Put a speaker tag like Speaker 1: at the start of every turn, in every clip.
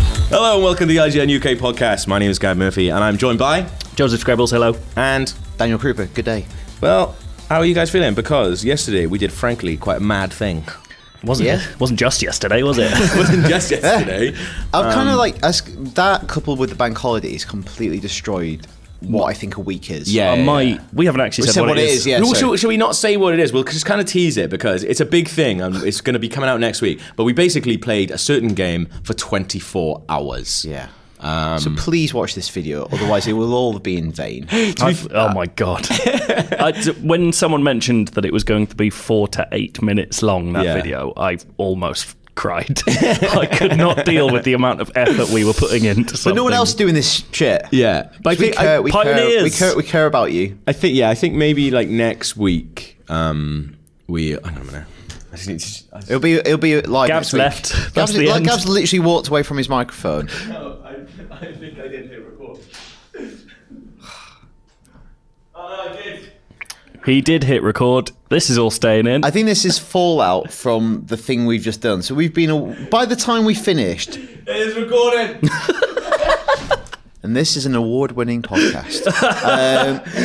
Speaker 1: Hello and welcome to the IGN UK podcast. My name is Guy Murphy and I'm joined by
Speaker 2: Joseph Scrabbles, hello.
Speaker 1: and
Speaker 3: Daniel Krupa, good day.
Speaker 1: well, how are you guys feeling? Because yesterday we did frankly quite a mad thing.
Speaker 2: Wasn't
Speaker 3: Yeah.
Speaker 2: it? Wasn't just yesterday, was it?
Speaker 1: It wasn't just yesterday.
Speaker 3: I've kind of
Speaker 1: Um,
Speaker 3: like as, that coupled with the bank holidays completely destroyed what I think a week is.
Speaker 1: Yeah.
Speaker 2: I might. We haven't actually
Speaker 3: We
Speaker 2: said,
Speaker 3: said what it is, yeah.
Speaker 1: Well,
Speaker 3: so-
Speaker 1: shall, shall we not say what it is? We'll just kind of tease it because it's a big thing and it's going to be coming out next week. But we basically played a certain game for 24 hours. Um,
Speaker 3: yeah. so please watch this video, otherwise it will all be in vain.
Speaker 2: I've- oh my god! I, d- when someone mentioned that it was going to be four to eight minutes long, that
Speaker 1: Yeah.
Speaker 2: video, I almost cried. I could not deal with the amount of effort we were putting into something.
Speaker 3: But no one else doing this shit.
Speaker 1: Yeah. But I
Speaker 3: We
Speaker 1: think, I-
Speaker 3: care, we, care, we
Speaker 2: pioneers.
Speaker 3: care. We care about you.
Speaker 1: I think yeah, I think maybe like next week, um, we. Hang on a minute. I just need to. I just-
Speaker 3: It'll be. It'll be live.
Speaker 2: Gab's
Speaker 3: next week.
Speaker 2: left. That's
Speaker 3: Gab's,
Speaker 2: the
Speaker 3: like,
Speaker 2: end.
Speaker 3: Gab's literally walked away from his microphone.
Speaker 4: No, I, I think I didn't hit record. oh no, I did.
Speaker 2: He did hit record. This is all staying in.
Speaker 3: I think this is fallout from the thing we've just done. So we've been. A, by the time we finished,
Speaker 4: It is recorded.
Speaker 3: and this is an award-winning podcast.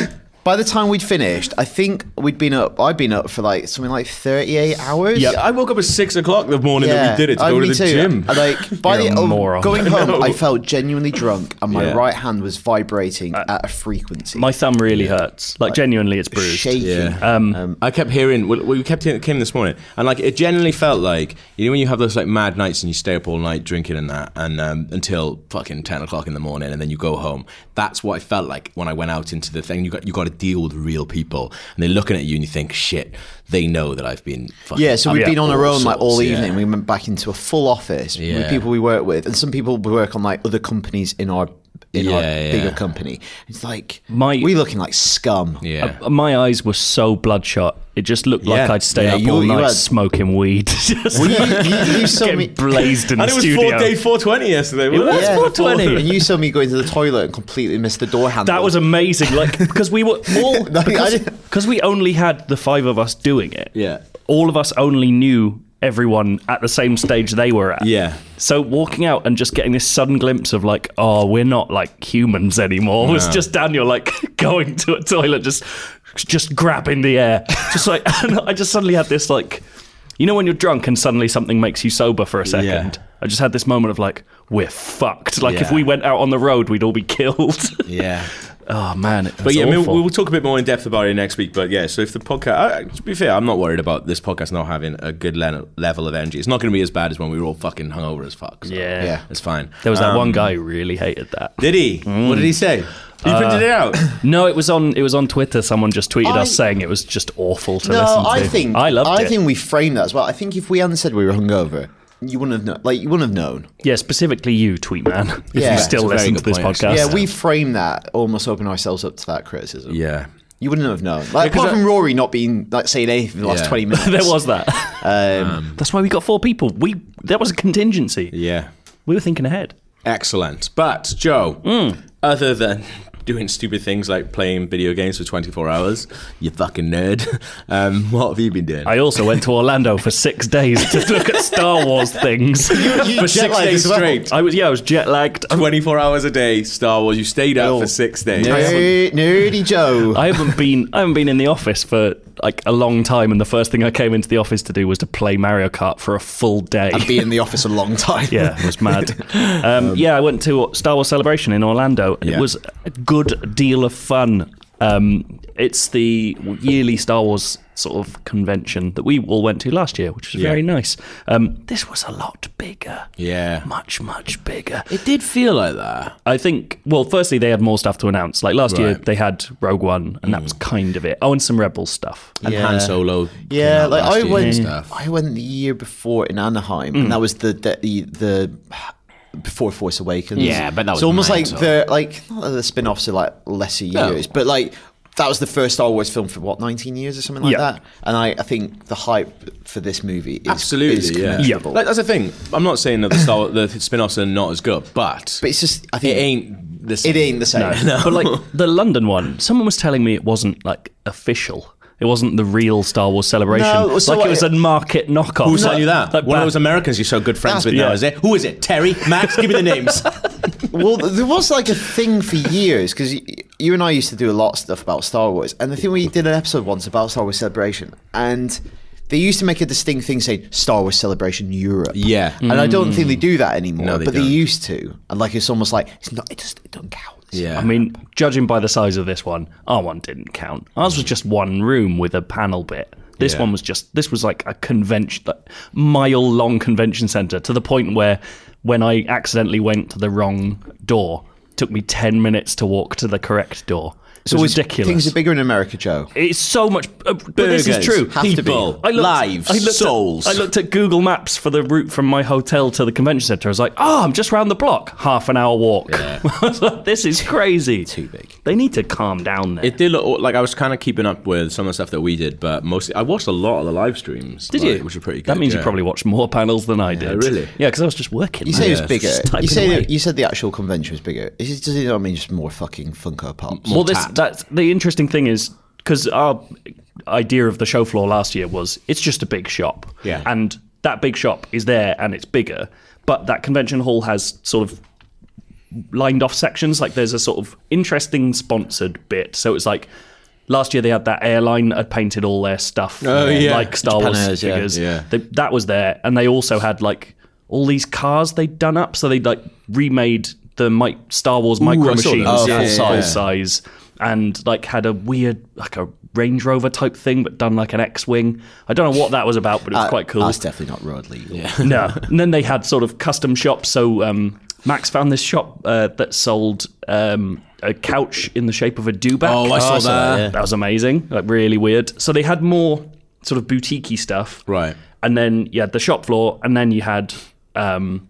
Speaker 3: um, by the time we'd finished, I think we'd been up. I'd been up for like something like thirty-eight hours.
Speaker 2: Yep.
Speaker 1: I woke up at six o'clock the morning that we did it to
Speaker 3: I-
Speaker 1: go to
Speaker 3: Oh, me
Speaker 1: the
Speaker 3: too.
Speaker 1: gym.
Speaker 3: I, Like by
Speaker 2: You're a
Speaker 3: the oh,
Speaker 2: moron.
Speaker 3: going home, I felt genuinely drunk, and my
Speaker 1: Yeah. Uh,
Speaker 3: right hand was vibrating at a frequency.
Speaker 2: My thumb really hurts. Like genuinely, it's bruised.
Speaker 3: shaking.
Speaker 1: Yeah. Uh, Um, I kept hearing. We, we kept hearing it came this morning, and like it generally felt like you know when you have those like mad nights and you stay up all night drinking and that, and um, until fucking ten o'clock in the morning, and then you go home. That's what I felt like when I went out into the thing. You got you got to deal with real people, and they're looking at you, and you think, shit, they know that I've been. Fucking
Speaker 3: Yeah, so we've
Speaker 2: yeah,
Speaker 3: been on our
Speaker 1: all
Speaker 3: own like all
Speaker 1: sorts, yeah.
Speaker 3: evening. We went back into a full office
Speaker 1: Yeah.
Speaker 3: with people we work with, and some people we work on like other companies in our in our
Speaker 1: Yeah, yeah.
Speaker 3: bigger company. It's like
Speaker 2: My-
Speaker 3: we looking like scum.
Speaker 1: yeah.
Speaker 2: Uh, my eyes were so bloodshot. It just looked like
Speaker 1: Yeah.
Speaker 2: I'd stayed
Speaker 3: Yeah,
Speaker 2: up
Speaker 3: you-
Speaker 2: all
Speaker 3: you
Speaker 2: night
Speaker 3: had-
Speaker 2: smoking weed. Just
Speaker 3: Well, you, you, you saw
Speaker 2: getting
Speaker 3: me.
Speaker 2: blazed in the
Speaker 1: and it was
Speaker 2: studio.
Speaker 1: four, day four twenty yesterday. wasn't
Speaker 2: was.
Speaker 1: it?
Speaker 3: Yeah,
Speaker 2: 420.
Speaker 3: and you saw me going to the toilet and completely missed the door handle.
Speaker 2: That was amazing. Like because we were all
Speaker 3: No, I
Speaker 2: because,
Speaker 3: didn't-
Speaker 2: because we only had the five of us doing it.
Speaker 1: Yeah.
Speaker 2: All of us only knew everyone at the same stage they were at.
Speaker 1: Yeah.
Speaker 2: So walking out and just getting this sudden glimpse of like, oh, we're not like humans anymore. was just Daniel like going to a toilet, just just grabbing the air, just like. And I just suddenly had this like, you know, when you're drunk and suddenly something makes you sober for a second. I just had this moment of like, we're fucked. Like if
Speaker 1: Yeah.
Speaker 2: we went out on the road, we'd all be killed.
Speaker 1: Yeah.
Speaker 2: Oh man, it
Speaker 1: But
Speaker 2: was
Speaker 1: yeah, I mean,
Speaker 2: awful.
Speaker 1: we- we'll talk a bit more in depth about it next week. But yeah, so if the podcast, I, to be fair, I'm not worried about this podcast not having a good le- level of energy. It's not going to be as bad as when we were all fucking hungover as fuck. so
Speaker 2: yeah.
Speaker 3: Yeah.
Speaker 1: it's fine.
Speaker 2: There was that
Speaker 1: Um,
Speaker 2: one guy who really hated that.
Speaker 1: Did he? What did he say? He
Speaker 2: Mm.
Speaker 1: printed it out.
Speaker 2: No, it was on it was on Twitter. Someone just tweeted
Speaker 3: I-
Speaker 2: us saying it was just awful to listen
Speaker 3: No,
Speaker 2: to.
Speaker 3: I think
Speaker 2: I loved it.
Speaker 3: think we framed that as well. I think if we hadn't said we were hungover, you wouldn't have known. Like you wouldn't have known.
Speaker 2: yeah, specifically you, tweet man. If
Speaker 3: Yeah.
Speaker 2: you still
Speaker 1: It's a very
Speaker 2: listen to
Speaker 1: good
Speaker 2: this
Speaker 1: point,
Speaker 2: podcast,
Speaker 1: actually.
Speaker 3: Yeah, we framed that almost opened ourselves up to that criticism.
Speaker 1: Yeah.
Speaker 3: You wouldn't have known. Like,
Speaker 1: 'cause
Speaker 3: apart
Speaker 1: I-
Speaker 3: from Rory not being like saying anything in the last
Speaker 1: Yeah.
Speaker 3: twenty minutes.
Speaker 2: there was that.
Speaker 3: Um,
Speaker 1: Um,
Speaker 2: That's why we got four people. We that was a contingency.
Speaker 1: Yeah.
Speaker 2: We were thinking ahead.
Speaker 1: Excellent. But Joe,
Speaker 2: Mm.
Speaker 1: other than doing stupid things like playing video games for 24 hours, you fucking nerd. Um, what have you been doing?
Speaker 2: I also went to Orlando for six days to look at Star Wars things
Speaker 3: you
Speaker 1: for
Speaker 3: jet
Speaker 1: six
Speaker 3: lagged
Speaker 1: days
Speaker 3: as well.
Speaker 1: straight.
Speaker 2: I was yeah, I was jet lagged.
Speaker 1: 24 hours a day, Star Wars. You stayed up for six days.
Speaker 3: Nerd, nerdy Joe.
Speaker 2: I haven't been I haven't been in the office for like a long time, and the first thing I came into the office to do was to play Mario Kart for a full day.
Speaker 3: I'd be in the office a long time.
Speaker 2: yeah, it was mad. Um, yeah, I went to Star Wars Celebration in Orlando, and
Speaker 1: Yeah.
Speaker 2: it was a good deal of fun. Um, it's the yearly Star Wars sort of convention that we all went to last year, which was
Speaker 1: Yeah.
Speaker 2: very nice. Um, this was a lot bigger.
Speaker 1: Yeah.
Speaker 2: Much, much bigger.
Speaker 1: It did feel like that.
Speaker 2: I think. Well, firstly, they had more stuff to announce. Like last year,
Speaker 1: Right. Mm.
Speaker 2: they had Rogue One, and that was kind of it. Oh, and some Rebel stuff.
Speaker 1: And
Speaker 3: Yeah.
Speaker 1: Han Solo.
Speaker 3: Yeah, like I
Speaker 1: went.
Speaker 3: went. I went the year before in Anaheim,
Speaker 1: Mm.
Speaker 3: and that was the the, the, the before Force Awakens.
Speaker 1: Yeah, but that was
Speaker 3: it's almost like
Speaker 1: mental.
Speaker 3: the like not that the spin-offs are like lesser
Speaker 1: No.
Speaker 3: years, but like that was the first Star Wars film for what nineteen years or something like
Speaker 2: Yeah.
Speaker 3: that. And I, I think the hype for this movie is
Speaker 1: Absolutely,
Speaker 3: is
Speaker 1: yeah.
Speaker 3: commendable.
Speaker 1: Like, that's the thing. I'm not saying that the Star the spin-offs are not as good, but,
Speaker 3: but it's just I
Speaker 1: it
Speaker 3: think
Speaker 1: ain't the same.
Speaker 3: It ain't the same.
Speaker 2: But like the London one, someone was telling me it wasn't like official. It It wasn't the real Star Wars celebration.
Speaker 3: No, so
Speaker 2: like
Speaker 3: what-
Speaker 2: it was a market knockoff.
Speaker 1: Who tell you that?
Speaker 2: Like
Speaker 1: One
Speaker 2: Bad-
Speaker 1: of those Americans you're so good friends
Speaker 3: That's-
Speaker 1: with now,
Speaker 2: yeah.
Speaker 1: is it? Who is it? Terry? Max? Give me the names.
Speaker 3: well, there was like a thing for years because you, and I used to do a lot of stuff about Star Wars, and I think we did an episode once about Star Wars Celebration, and they used to make a distinct thing saying Star Wars Celebration Europe.
Speaker 1: Yeah. Mm.
Speaker 3: and I don't think they do that anymore,
Speaker 1: No, they
Speaker 3: but
Speaker 1: don't.
Speaker 3: they used to, and like it's almost like it's not. It just it don't count.
Speaker 1: yeah.
Speaker 2: I mean, judging by the size of this one, our one didn't count. Ours was just one room with a panel bit. This
Speaker 1: Yeah.
Speaker 2: one was just this was like a convention, like mile long convention center to the point where when I accidentally went to the wrong door, it took me ten minutes to walk to the correct door. So it was
Speaker 3: Always-
Speaker 2: ridiculous.
Speaker 3: Things are bigger in America, Joe.
Speaker 2: It's so much. Uh, but this is
Speaker 1: Burgers,
Speaker 2: true.
Speaker 3: Have to be.
Speaker 1: people,
Speaker 2: I looked,
Speaker 1: lives,
Speaker 2: I looked
Speaker 1: souls.
Speaker 2: At, I looked at Google Maps for the route from my hotel to the convention center. I was like, oh, I'm just round the block, half an hour walk. I was like, this is crazy. Too
Speaker 1: big.
Speaker 2: They need to calm down there.
Speaker 1: It did look like I was kind of keeping up with some of the stuff that we did, but mostly I watched a lot of the live streams.
Speaker 2: did
Speaker 1: like,
Speaker 2: you?
Speaker 1: Which were pretty good.
Speaker 2: That means
Speaker 1: yeah.
Speaker 2: you probably watched more panels than I did.
Speaker 1: really?
Speaker 2: Yeah, because I was just working.
Speaker 3: You say
Speaker 2: man.
Speaker 3: it was bigger.
Speaker 2: Just typing
Speaker 3: You say
Speaker 2: away.
Speaker 3: that, you said the actual convention was bigger. Is it, does it not mean just more fucking Funko Pops?
Speaker 2: well, this that's the interesting thing is because our idea of the show floor last year was it's just a big shop,
Speaker 1: Yeah.
Speaker 2: and that big shop is there and it's bigger, but that convention hall has sort of lined off sections. Like there's a sort of interesting sponsored bit, so it's like. Last year they had that airline had painted all their stuff,
Speaker 1: Oh, yeah.
Speaker 2: like Star Wars
Speaker 3: Japaners, yeah.
Speaker 2: figures.
Speaker 1: Yeah.
Speaker 2: They, that was there, and they also had like all these cars they'd done up. So they'd like remade the mi- Star Wars micro
Speaker 1: I saw
Speaker 2: machines
Speaker 1: those.
Speaker 2: full
Speaker 1: Yeah, yeah, yeah.
Speaker 2: size size and like had a weird like a Range Rover type thing, but done like an X-wing. I don't know what that was about, but it
Speaker 1: Uh,
Speaker 2: was
Speaker 3: That-
Speaker 2: quite cool.
Speaker 3: That's definitely not road legal.
Speaker 2: no, and then they had sort of custom shops. So um, Max found this shop uh, that sold um, a couch in the shape of a dewback.
Speaker 1: Oh, I saw that.
Speaker 2: That was amazing, like really weird. So they had more sort of boutiquey stuff,
Speaker 1: Right.
Speaker 2: And then you had the shop floor, and then you had um,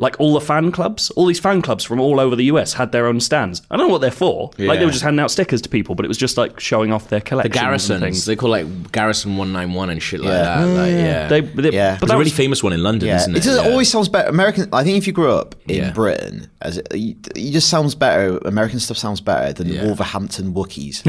Speaker 2: like all the fan clubs. All these fan clubs from all over the US had their own stands. I don't know what they're for. Like
Speaker 1: Yeah.
Speaker 2: they were just handing out stickers to people, but it was just like showing off their collections. and
Speaker 1: Garrisons.
Speaker 2: things.
Speaker 1: They call like Garrison 191 and shit like
Speaker 3: Yeah.
Speaker 1: that. Like, yeah.
Speaker 2: They, they,
Speaker 3: Yeah.
Speaker 2: but
Speaker 1: There's
Speaker 2: that
Speaker 1: a really
Speaker 2: was
Speaker 1: famous one in London,
Speaker 3: Yeah,
Speaker 1: isn't it?
Speaker 3: it doesn't
Speaker 1: Yeah.
Speaker 3: always sounds better. American, I think if you grew up in
Speaker 1: Yeah.
Speaker 3: Britain, as it, you- it just sounds better. American stuff sounds better than
Speaker 1: Yeah.
Speaker 3: Wolverhampton Wookiees.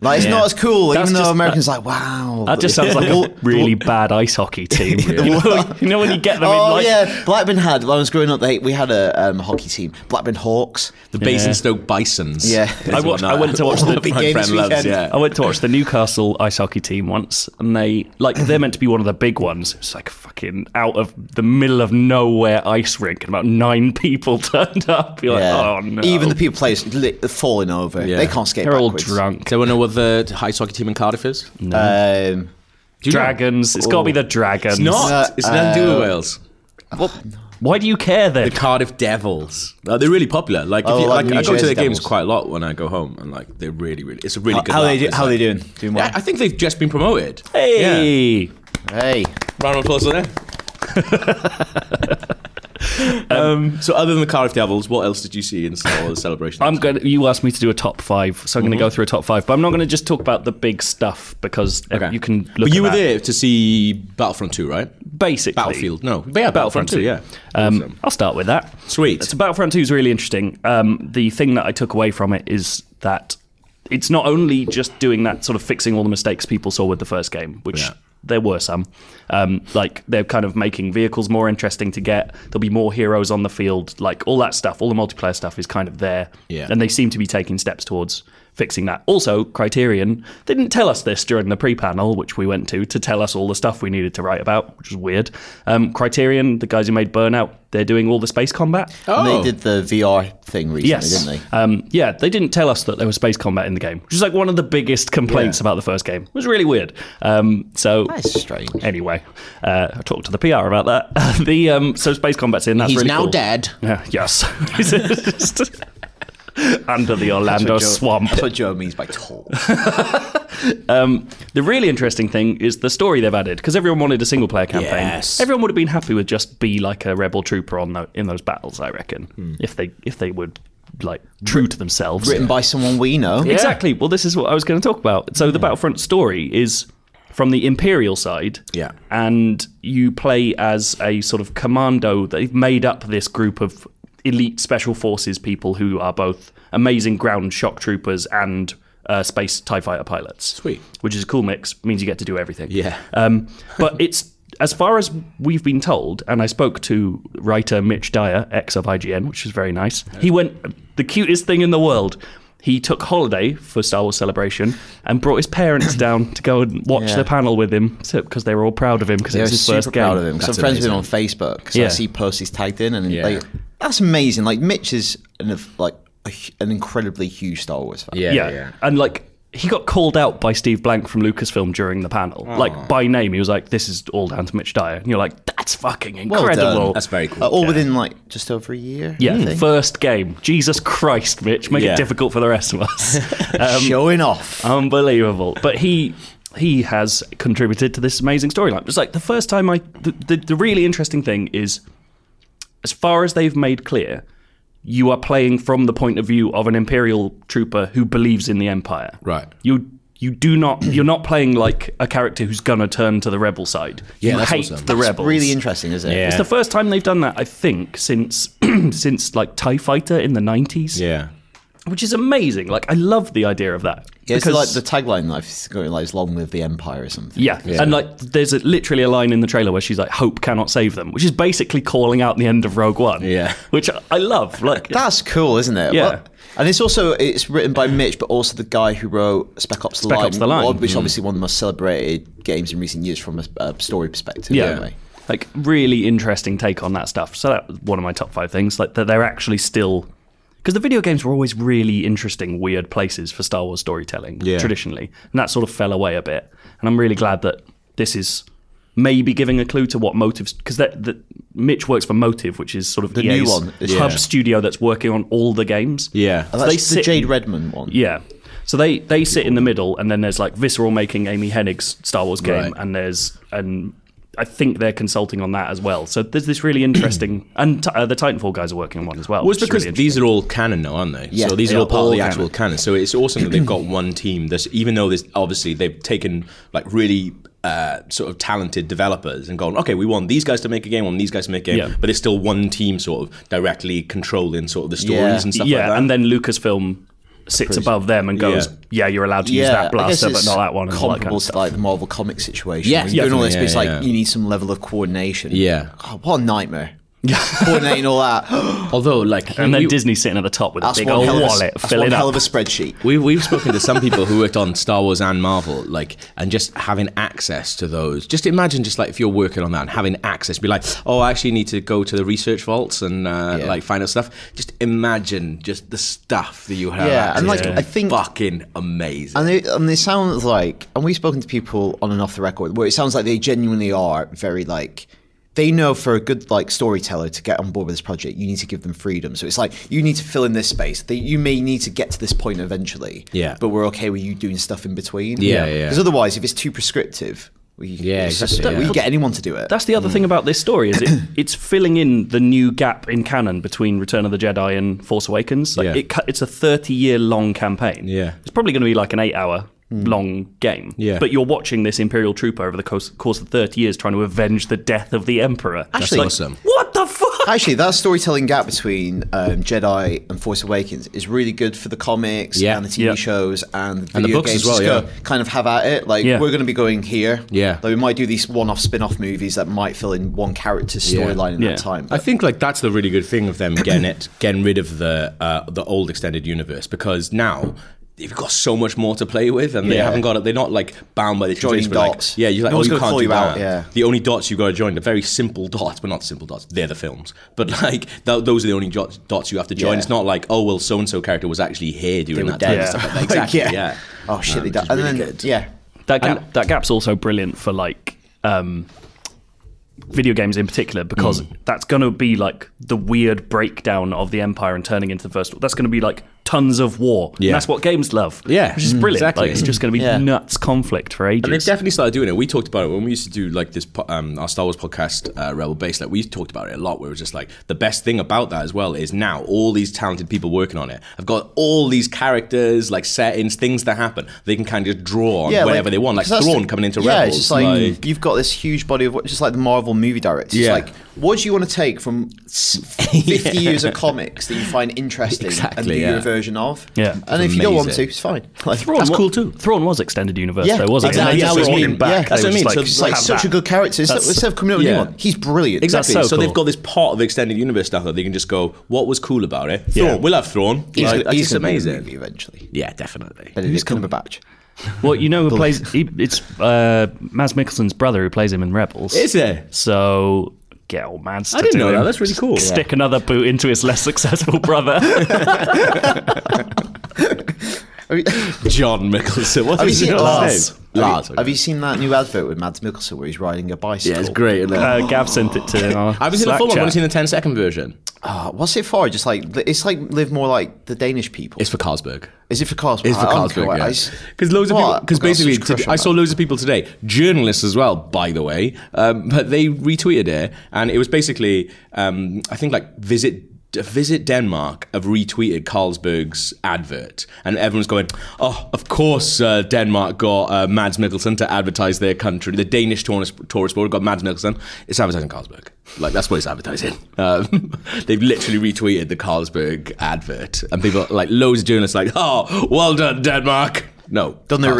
Speaker 3: like it's not as cool,
Speaker 2: That's
Speaker 3: even though
Speaker 2: just-
Speaker 3: Americans like wow.
Speaker 2: That just sounds like a
Speaker 3: Wol-
Speaker 2: really
Speaker 3: Wol-
Speaker 2: bad ice hockey team. you, know, you know when you get them in
Speaker 3: Oh
Speaker 2: like
Speaker 3: yeah, Blackburn had. When I was growing up, they, we had a um, hockey team, Blackburn Hawks.
Speaker 1: The Basingstoke Bisons.
Speaker 3: Yeah. I
Speaker 1: That's
Speaker 2: watched-
Speaker 1: what
Speaker 2: I went to watch
Speaker 1: my
Speaker 2: the-
Speaker 3: big game
Speaker 1: friend
Speaker 3: this
Speaker 1: loves.
Speaker 3: weekend.
Speaker 1: Yeah.
Speaker 2: I went to watch the Newcastle ice hockey team once, and they like they're meant to be one of the big ones. It's like fucking out of the middle of nowhere ice rink, and about nine people turned up. You're
Speaker 3: Yeah.
Speaker 2: like, oh no,
Speaker 3: Even the people players li- falling over.
Speaker 1: Yeah.
Speaker 3: They can't skate.
Speaker 2: they're all
Speaker 3: backwards.
Speaker 2: drunk.
Speaker 1: Does anyone know what the high hockey team in Cardiff is? No.
Speaker 3: Um,
Speaker 2: Dragons. It's got to be the dragons.
Speaker 1: It's not. It's nothing to do with Wales.
Speaker 2: Why do you care
Speaker 1: uh,
Speaker 2: then?
Speaker 1: The Cardiff Devils. Uh, they're really popular. Like, if
Speaker 3: Oh,
Speaker 1: you,
Speaker 3: like
Speaker 1: like,
Speaker 3: New
Speaker 1: I go to
Speaker 3: Jersey
Speaker 1: their games
Speaker 3: Devils.
Speaker 1: quite a lot when I go home, and like they're really, really. It's a really good. laugh. It's like-
Speaker 3: doing? Doing
Speaker 1: I, I think they've just been promoted. Yeah.
Speaker 2: hey.
Speaker 3: Hey,
Speaker 1: Round of applause for them. um, so, other than the Cardiff Devils, what else did you see in Star Wars Celebration?
Speaker 2: I'm going. to You asked me to do a top five, so I'm going
Speaker 1: Mm-hmm.
Speaker 2: to go through a top five. But I'm not going to just talk about the big stuff because uh,
Speaker 1: Okay.
Speaker 2: you can look.
Speaker 1: But
Speaker 2: at
Speaker 1: you were
Speaker 2: that.
Speaker 1: there to see Battlefront 2, right?
Speaker 2: basically
Speaker 1: Battlefield. No, yeah,
Speaker 2: Battlefront
Speaker 1: Battlefront Uh, 2,
Speaker 2: two.
Speaker 1: yeah.
Speaker 2: Um, I'll start with that.
Speaker 1: Sweet.
Speaker 2: So Battlefront Two is really interesting. Um, the thing that I took away from it is that it's not only just doing that sort of fixing all the mistakes people saw with the first game, which.
Speaker 1: Yeah.
Speaker 2: There were some, um, like they're kind of making vehicles more interesting to get. There'll be more heroes on the field, like all that stuff. All the multiplayer stuff is kind of there,
Speaker 1: Yeah.
Speaker 2: and they seem to be taking steps towards fixing that. Also, Criterion they didn't tell us this during the pre-panel, which we went to, to tell us all the stuff we needed to write about, which was weird. Um, Criterion, the guys who made Burnout, they're doing all the space combat.
Speaker 1: Oh,
Speaker 3: and they did the VR thing recently,
Speaker 2: Yes.
Speaker 3: didn't they?
Speaker 2: Um, yeah, they didn't tell us that there was space combat in the game, which is like one of the biggest complaints about the first game. It was really weird. Um, so
Speaker 3: That's strange.
Speaker 2: Anyway, uh, I talked to the PR about that. the um, so space combat's in. That's
Speaker 1: He's
Speaker 2: really
Speaker 1: now
Speaker 2: cool.
Speaker 1: dead.
Speaker 2: Yeah, yes. Just Under the Orlando
Speaker 3: That's what Joe-
Speaker 2: swamp.
Speaker 3: That's what Joe means by tall.
Speaker 2: The really interesting thing is the story they've added because everyone wanted a single player campaign.
Speaker 1: Yes.
Speaker 2: Everyone would have been happy with just be like a rebel trooper on tho- in those battles, I reckon, if they if they would like true to themselves.
Speaker 3: Written by someone we know.
Speaker 2: Exactly. Well, this is what I was going to talk about. So
Speaker 1: Hmm.
Speaker 2: the Battlefront story is from the Imperial side.
Speaker 1: Yeah.
Speaker 2: And you play as a sort of commando. They've made up this group of elite special forces people who are both amazing ground shock troopers and uh, space TIE fighter pilots.
Speaker 1: Sweet.
Speaker 2: Which is a cool mix, means you get to do everything.
Speaker 1: Yeah.
Speaker 2: Um, but it's, as far as we've been told, and I spoke to writer Mitch Dyer, ex of IGN, which was very nice. He went, the cutest thing in the world. He took holiday for Star Wars Celebration and brought his parents down to go and watch
Speaker 3: Yeah.
Speaker 2: the panel with him because they were all proud of him because it
Speaker 3: I
Speaker 2: was
Speaker 3: was
Speaker 2: his
Speaker 3: super
Speaker 2: first game.
Speaker 3: proud of him. Some
Speaker 1: That's
Speaker 3: friends with him on
Speaker 1: amazing.
Speaker 3: Facebook. So
Speaker 2: Yeah.
Speaker 3: I see posts he's tagged in, and
Speaker 1: Yeah.
Speaker 3: like, that's amazing. Like Mitch is an, like a hu- an incredibly huge Star Wars fan.
Speaker 2: yeah. And like he got called out by Steve Blank from Lucasfilm during the panel, like by name. He was like, "This is all down to Mitch Dyer," and you're like, "That's fucking
Speaker 3: Well done.
Speaker 2: incredible."
Speaker 1: That's very cool.
Speaker 3: Uh, all within like just over a year.
Speaker 2: yeah,
Speaker 3: I think.
Speaker 2: first game. Jesus Christ, Mitch, make
Speaker 1: Mm. Yeah.
Speaker 2: it difficult for the rest of us.
Speaker 3: showing off.
Speaker 2: unbelievable. But he he has contributed to this amazing storyline. It's like the first time I the, the, the really interesting thing is as far as they've made clear, you are playing from the point of view of an imperial trooper who believes in the empire.
Speaker 1: Right.
Speaker 2: You you do not you're not playing like a character who's gonna turn to the rebel side.
Speaker 1: Yeah,
Speaker 2: you
Speaker 1: that's
Speaker 2: hate
Speaker 1: awesome.
Speaker 2: the
Speaker 1: That's
Speaker 2: rebels.
Speaker 3: Really interesting, isn't it?
Speaker 1: Yeah.
Speaker 2: It's the first time they've done that, I think, since since like Tie Fighter in the nineties,
Speaker 1: Yeah.
Speaker 2: which is amazing. Like I love the idea of that.
Speaker 3: Yeah, it's
Speaker 2: because-
Speaker 3: like the tagline I've got like is long live the empire or something.
Speaker 2: Yeah. and like there's a, literally a line in the trailer where she's like, "Hope cannot save them," which is basically calling out the end of Rogue One.
Speaker 1: Yeah.
Speaker 2: which I- I love. Like
Speaker 3: That's cool, isn't it?
Speaker 2: Yeah.
Speaker 3: and it's also it's written by Mitch, but also the guy who wrote Spec Ops: The
Speaker 2: Spec
Speaker 3: Line,
Speaker 2: Ops: The Line. Hmm.
Speaker 3: or- which is obviously one of the most celebrated games in recent years from a, a story perspective.
Speaker 2: yeah,
Speaker 3: anyway.
Speaker 2: like really interesting take on that stuff. So that was one of my top five things. Like that they're actually still because the video games were always really interesting, weird places for Star Wars storytelling
Speaker 1: Yeah.
Speaker 2: traditionally, and that sort of fell away a bit. And I'm really glad that this is. Maybe giving a clue to what motives because that, that Mitch works for Motive, which is sort of the
Speaker 3: new one,
Speaker 2: hub
Speaker 3: isn't it? Yeah.
Speaker 2: studio that's working on all the games.
Speaker 1: Yeah.
Speaker 3: And Oh, that's
Speaker 2: they
Speaker 3: the
Speaker 2: sit-
Speaker 3: Jade Redmond one.
Speaker 2: Yeah. So they, they sit in the middle, and then there's like Visceral making Amy Hennig's Star Wars
Speaker 1: Right.
Speaker 2: game, and there's and I think they're consulting on that as well. So there's this really interesting, and t- uh, the Titanfall guys are working on one as well.
Speaker 1: Well, it's
Speaker 2: which is
Speaker 1: because
Speaker 2: really
Speaker 1: these are all canon now, aren't they?
Speaker 3: Yeah,
Speaker 1: so these
Speaker 3: they
Speaker 1: are all
Speaker 3: are
Speaker 1: part
Speaker 3: all
Speaker 1: of the
Speaker 3: canon.
Speaker 1: actual canon. So it's awesome that they've got one team that's, even though there's obviously they've taken like really uh, sort of talented developers and gone, okay, we want these guys to make a game, we want these guys to make a game,
Speaker 2: Yeah.
Speaker 1: but there's still one team sort of directly controlling sort of the stories
Speaker 3: Yeah.
Speaker 1: and stuff
Speaker 2: yeah,
Speaker 1: like that.
Speaker 2: and then Lucasfilm sits above them and goes,
Speaker 1: Yeah.
Speaker 2: "Yeah, you're allowed to use
Speaker 3: Yeah,
Speaker 2: that
Speaker 3: I guess
Speaker 2: blaster, but
Speaker 3: it's
Speaker 2: not that one." and all that kind
Speaker 3: Comparable
Speaker 2: of stuff.
Speaker 3: to like the Marvel comic situation.
Speaker 1: Yeah,
Speaker 3: When you're doing all this,
Speaker 1: definitely,
Speaker 3: but it's
Speaker 1: yeah,
Speaker 3: like
Speaker 1: yeah.
Speaker 3: you need some level of coordination.
Speaker 1: Yeah.
Speaker 3: God, what a nightmare. Coordinating all that.
Speaker 1: Although, like,
Speaker 2: And then
Speaker 1: we,
Speaker 2: Disney sitting at the top with a
Speaker 3: That's
Speaker 2: big
Speaker 3: one
Speaker 2: old
Speaker 3: hell of a,
Speaker 2: wallet
Speaker 3: that's one
Speaker 2: filling
Speaker 3: hell
Speaker 2: up.
Speaker 3: of a spreadsheet.
Speaker 1: We, we've spoken to some people who worked on Star Wars and Marvel, like, and just having access to those. Just imagine, just like if you're working on that and having access, be like, oh, I actually need to go to the research vaults and uh,
Speaker 3: Yeah.
Speaker 1: like find out stuff. Just imagine just the stuff that you have.
Speaker 3: Yeah, and,
Speaker 1: access
Speaker 3: like,
Speaker 1: to.
Speaker 3: I think-
Speaker 1: fucking amazing.
Speaker 3: And they, and they sound like, and we've spoken to people on and off the record where it sounds like they genuinely are very like, they know for a good like storyteller to get on board with this project, you need to give them freedom. So it's like you need to fill in this space. That you may need to get to this point eventually.
Speaker 1: Yeah.
Speaker 3: But we're okay with you doing stuff in between.
Speaker 1: Yeah, yeah.
Speaker 3: Because otherwise, if it's too prescriptive, we
Speaker 1: Yeah,
Speaker 3: it's just-
Speaker 1: exactly,
Speaker 3: we
Speaker 1: yeah.
Speaker 3: get anyone to do it.
Speaker 2: That's the other thing about this story is it, it's filling in the new gap in canon between Return of the Jedi and Force Awakens. Like
Speaker 1: Yeah.
Speaker 2: it cu- it's a 30 year long campaign.
Speaker 1: Yeah. Hmm.
Speaker 2: It's probably going to be like an 8 hour long game.
Speaker 1: Yeah.
Speaker 2: But you're watching this imperial trooper over the course, course of 30 years trying to avenge the death of the emperor.
Speaker 3: Actually-
Speaker 2: Like,
Speaker 1: awesome.
Speaker 2: What the fuck?
Speaker 3: Actually, that storytelling gap between um, Jedi and Force Awakens is really good for the comics
Speaker 1: Yeah.
Speaker 3: and the TV
Speaker 2: Yeah.
Speaker 3: shows and the video
Speaker 1: And the books
Speaker 3: games.
Speaker 1: as well,
Speaker 3: Just go-
Speaker 1: yeah.
Speaker 3: kind of have at it. Like
Speaker 2: Yeah.
Speaker 3: we're going to be going here.
Speaker 1: Yeah.
Speaker 3: Like, we might do these one-off spin-off movies that might fill in one character's
Speaker 1: Yeah.
Speaker 3: storyline in
Speaker 2: Yeah.
Speaker 3: that time.
Speaker 1: I think like that's the really good thing of them getting it, getting rid of the uh, the old extended universe because now you've got so much more to play with, and they
Speaker 3: Yeah.
Speaker 1: haven't got it. They're not like bound by the
Speaker 3: Joining
Speaker 1: tradition, but,
Speaker 3: dots.
Speaker 1: Like, yeah, you're like oh,
Speaker 3: No one's
Speaker 1: you
Speaker 3: gonna
Speaker 1: can't
Speaker 3: call
Speaker 1: do
Speaker 3: you
Speaker 1: that.
Speaker 3: out, yeah.
Speaker 1: The only dots you've got to join, the very simple dots, but not simple dots. They're the films, but like th- those are the only dots, dots you have to join.
Speaker 3: Yeah.
Speaker 1: It's not like oh well, so and so character was actually here during
Speaker 3: were
Speaker 1: that time.
Speaker 3: dead.
Speaker 1: and Stuff like that. Exactly. yeah.
Speaker 3: Yeah. oh shit, they
Speaker 1: Um, which
Speaker 3: di-
Speaker 1: is
Speaker 3: and
Speaker 1: really
Speaker 3: then
Speaker 1: good.
Speaker 3: yeah,
Speaker 2: That, gap, that gap's also brilliant for like um, video games in particular because
Speaker 1: Mm.
Speaker 2: that's going to be like the weird breakdown of the empire and turning into the first. That's going to be like tons of war.
Speaker 1: Yeah.
Speaker 2: And that's what games love.
Speaker 1: Yeah.
Speaker 2: which is
Speaker 1: Mm,
Speaker 2: brilliant.
Speaker 1: exactly.
Speaker 2: Like it's just going to be
Speaker 3: Yeah.
Speaker 2: nuts conflict for ages.
Speaker 1: And they've definitely started doing it. We talked about it when we used to do like this po- um, our Star Wars podcast, uh, Rebel Base. Like we talked about it a lot. Where it was just like the best thing about that as well is now all these talented people working on it. I've got all these characters, like settings, things that happen. They can kind of just draw on
Speaker 3: yeah.
Speaker 1: whenever they want. Like
Speaker 3: 'cause that's
Speaker 1: Thrawn
Speaker 3: the-
Speaker 1: coming into
Speaker 3: yeah,
Speaker 1: Rebels.
Speaker 3: It's just like, you've got this huge body of work, just like the Marvel movie directors. It's
Speaker 1: Yeah.
Speaker 3: like what do you want to take from s- 50 years of comics that you find interesting and
Speaker 1: Exactly,
Speaker 3: do
Speaker 1: yeah.
Speaker 3: your version of?
Speaker 2: Yeah.
Speaker 3: And if you don't want to,
Speaker 1: Amazing.
Speaker 3: it's fine. Like,
Speaker 2: Thrawn
Speaker 3: that's
Speaker 2: wa-
Speaker 3: cool too.
Speaker 2: Thrawn was extended universe,
Speaker 3: Yeah,
Speaker 2: though, wasn't
Speaker 3: exactly.
Speaker 2: it?
Speaker 3: That was
Speaker 2: brought
Speaker 3: me.
Speaker 2: him back.
Speaker 3: Yeah.
Speaker 2: They
Speaker 1: That's what I
Speaker 2: just,
Speaker 1: mean.
Speaker 2: like,
Speaker 1: So it's
Speaker 3: It's like
Speaker 2: have
Speaker 3: such
Speaker 2: that.
Speaker 3: a good character. Instead,
Speaker 2: That's-
Speaker 3: instead of coming up with a
Speaker 1: yeah.
Speaker 3: new one, he's brilliant.
Speaker 1: Exactly.
Speaker 2: so
Speaker 1: so they've
Speaker 2: cool.
Speaker 1: got this part of extended universe stuff that they can just go, "What was cool about it?" Thrawn.
Speaker 2: Yeah.
Speaker 1: We'll have Thrawn.
Speaker 3: He's,
Speaker 1: Like, that's
Speaker 3: he's
Speaker 1: just
Speaker 3: gonna be in the
Speaker 1: amazing.
Speaker 3: movie eventually.
Speaker 1: Yeah, definitely.
Speaker 3: Benedict Cumberbatch.
Speaker 2: Well, you know who plays? He, it's uh, Maz Mikkelsen's brother who plays him in Rebels.
Speaker 1: Is it?
Speaker 2: So get old man.
Speaker 1: I didn't know that. That's really cool.
Speaker 2: Stick another boot into his less successful brother.
Speaker 3: Have you,
Speaker 1: John Mickelson. What's
Speaker 3: have you
Speaker 1: his
Speaker 3: seen
Speaker 1: real name?
Speaker 3: Lars? Have you-
Speaker 1: Lars.
Speaker 3: Have,
Speaker 1: okay.
Speaker 3: you seen that new advert with Mads Mikkelsen where he's riding a bicycle?
Speaker 1: Yeah, it's great. isn't it?
Speaker 2: uh, Gav sent it to him. I
Speaker 1: I haven't seen the full one. I've only seen the 10 second version.
Speaker 3: Ah, what's it for? Just like it's like live more like the Danish people.
Speaker 1: It's for Carlsberg.
Speaker 3: Is it for Carlsberg?
Speaker 1: It's for
Speaker 3: I don't
Speaker 1: Carlsberg,
Speaker 3: know, I- I
Speaker 1: yeah.
Speaker 3: s-
Speaker 1: Because loads of
Speaker 3: What?
Speaker 1: people. Because
Speaker 3: I've got such a
Speaker 1: basically,
Speaker 3: crush
Speaker 1: today-
Speaker 3: on
Speaker 1: I saw
Speaker 3: that.
Speaker 1: loads of people today, journalists as well, by the way, um, but they retweeted it, and it was basically, um, I think, like visit. Visit Denmark have retweeted Carlsberg's advert, and everyone's going, "Oh, of course, uh, Denmark got uh, Mads Mikkelsen to advertise their country. The Danish tourist tourist board got Mads Mikkelsen. It's advertising Carlsberg. Like that's what it's advertising. Um, they've literally retweeted the Carlsberg advert, and people like loads of journalists like, "Oh, well done, Denmark." No,
Speaker 3: Done their
Speaker 1: Carlsberg.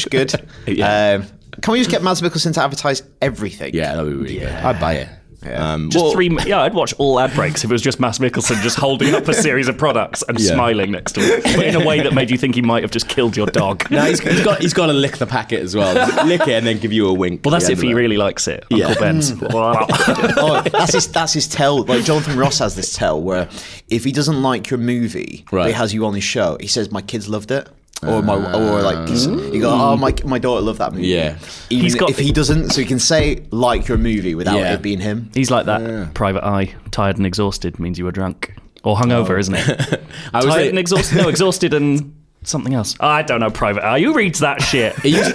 Speaker 3: research. Good.
Speaker 1: Yeah.
Speaker 3: um, can we just get Mads Mikkelsen to advertise everything?
Speaker 1: Yeah, that'd be really good. I'd buy it. Um,
Speaker 2: Just
Speaker 1: well,
Speaker 2: three. Yeah, I'd watch all ad breaks if it was just Mass Mickelson just holding up a series of products and
Speaker 1: Yeah.
Speaker 2: smiling next to it, but in a way that made you think he might have just killed your dog.
Speaker 1: No, he's, he's got he's got to lick the packet as well. Just lick it and then give you a wink.
Speaker 2: well, that's if he
Speaker 1: really.
Speaker 2: really likes it. Uncle
Speaker 1: Yeah.
Speaker 2: Ben's.
Speaker 3: oh, that's his. That's his tell. Like Jonathan Ross has this tell where if he doesn't like your movie, but he
Speaker 1: Right.
Speaker 3: has you on his show. He says my kids loved it. Or my, or like, you go, oh my, my daughter loved that movie.
Speaker 1: Ah. Yeah.
Speaker 3: even
Speaker 2: He's got-
Speaker 3: if he doesn't, so he can say like your movie without
Speaker 1: Yeah.
Speaker 3: it being him.
Speaker 2: He's like that private eye. Tired and exhausted means you were drunk or hungover, isn't it?
Speaker 1: I Oh. was
Speaker 2: Tired
Speaker 1: like,
Speaker 2: and exhausted. No, exhausted and something else. I don't know. Private eye. Who reads that shit?
Speaker 1: it used,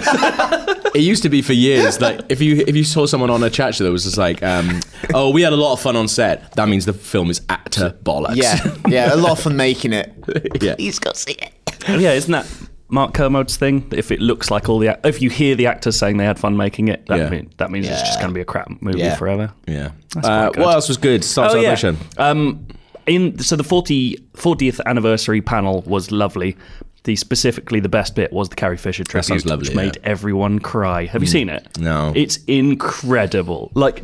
Speaker 1: it used to be for years. Like if you if you saw someone on a chat show that was just like, um, oh, we had a lot of fun on set. That means the film is utter bollocks.
Speaker 3: Yeah, yeah, a lot for making it.
Speaker 1: yeah.
Speaker 3: He's got to see it.
Speaker 2: Oh, yeah, isn't that Mark Kermode's thing? That If it looks like all the act- if you hear the actors saying they had fun making it, that,
Speaker 1: Yeah.
Speaker 2: mean, that means it's just
Speaker 3: Yeah.
Speaker 2: going to be a crap movie
Speaker 3: Yeah.
Speaker 2: forever.
Speaker 1: Yeah.
Speaker 2: quite
Speaker 1: Uh,
Speaker 2: good. Oh,
Speaker 1: what else was good? Star Celebration.
Speaker 2: Um, in so the 40, 40th anniversary panel was lovely. The specifically the best bit was the Carrie Fisher
Speaker 1: sounds
Speaker 2: tribute,
Speaker 1: lovely, Mm.
Speaker 2: which made everyone cry. Have you seen it?
Speaker 1: No.
Speaker 2: it's incredible. Like.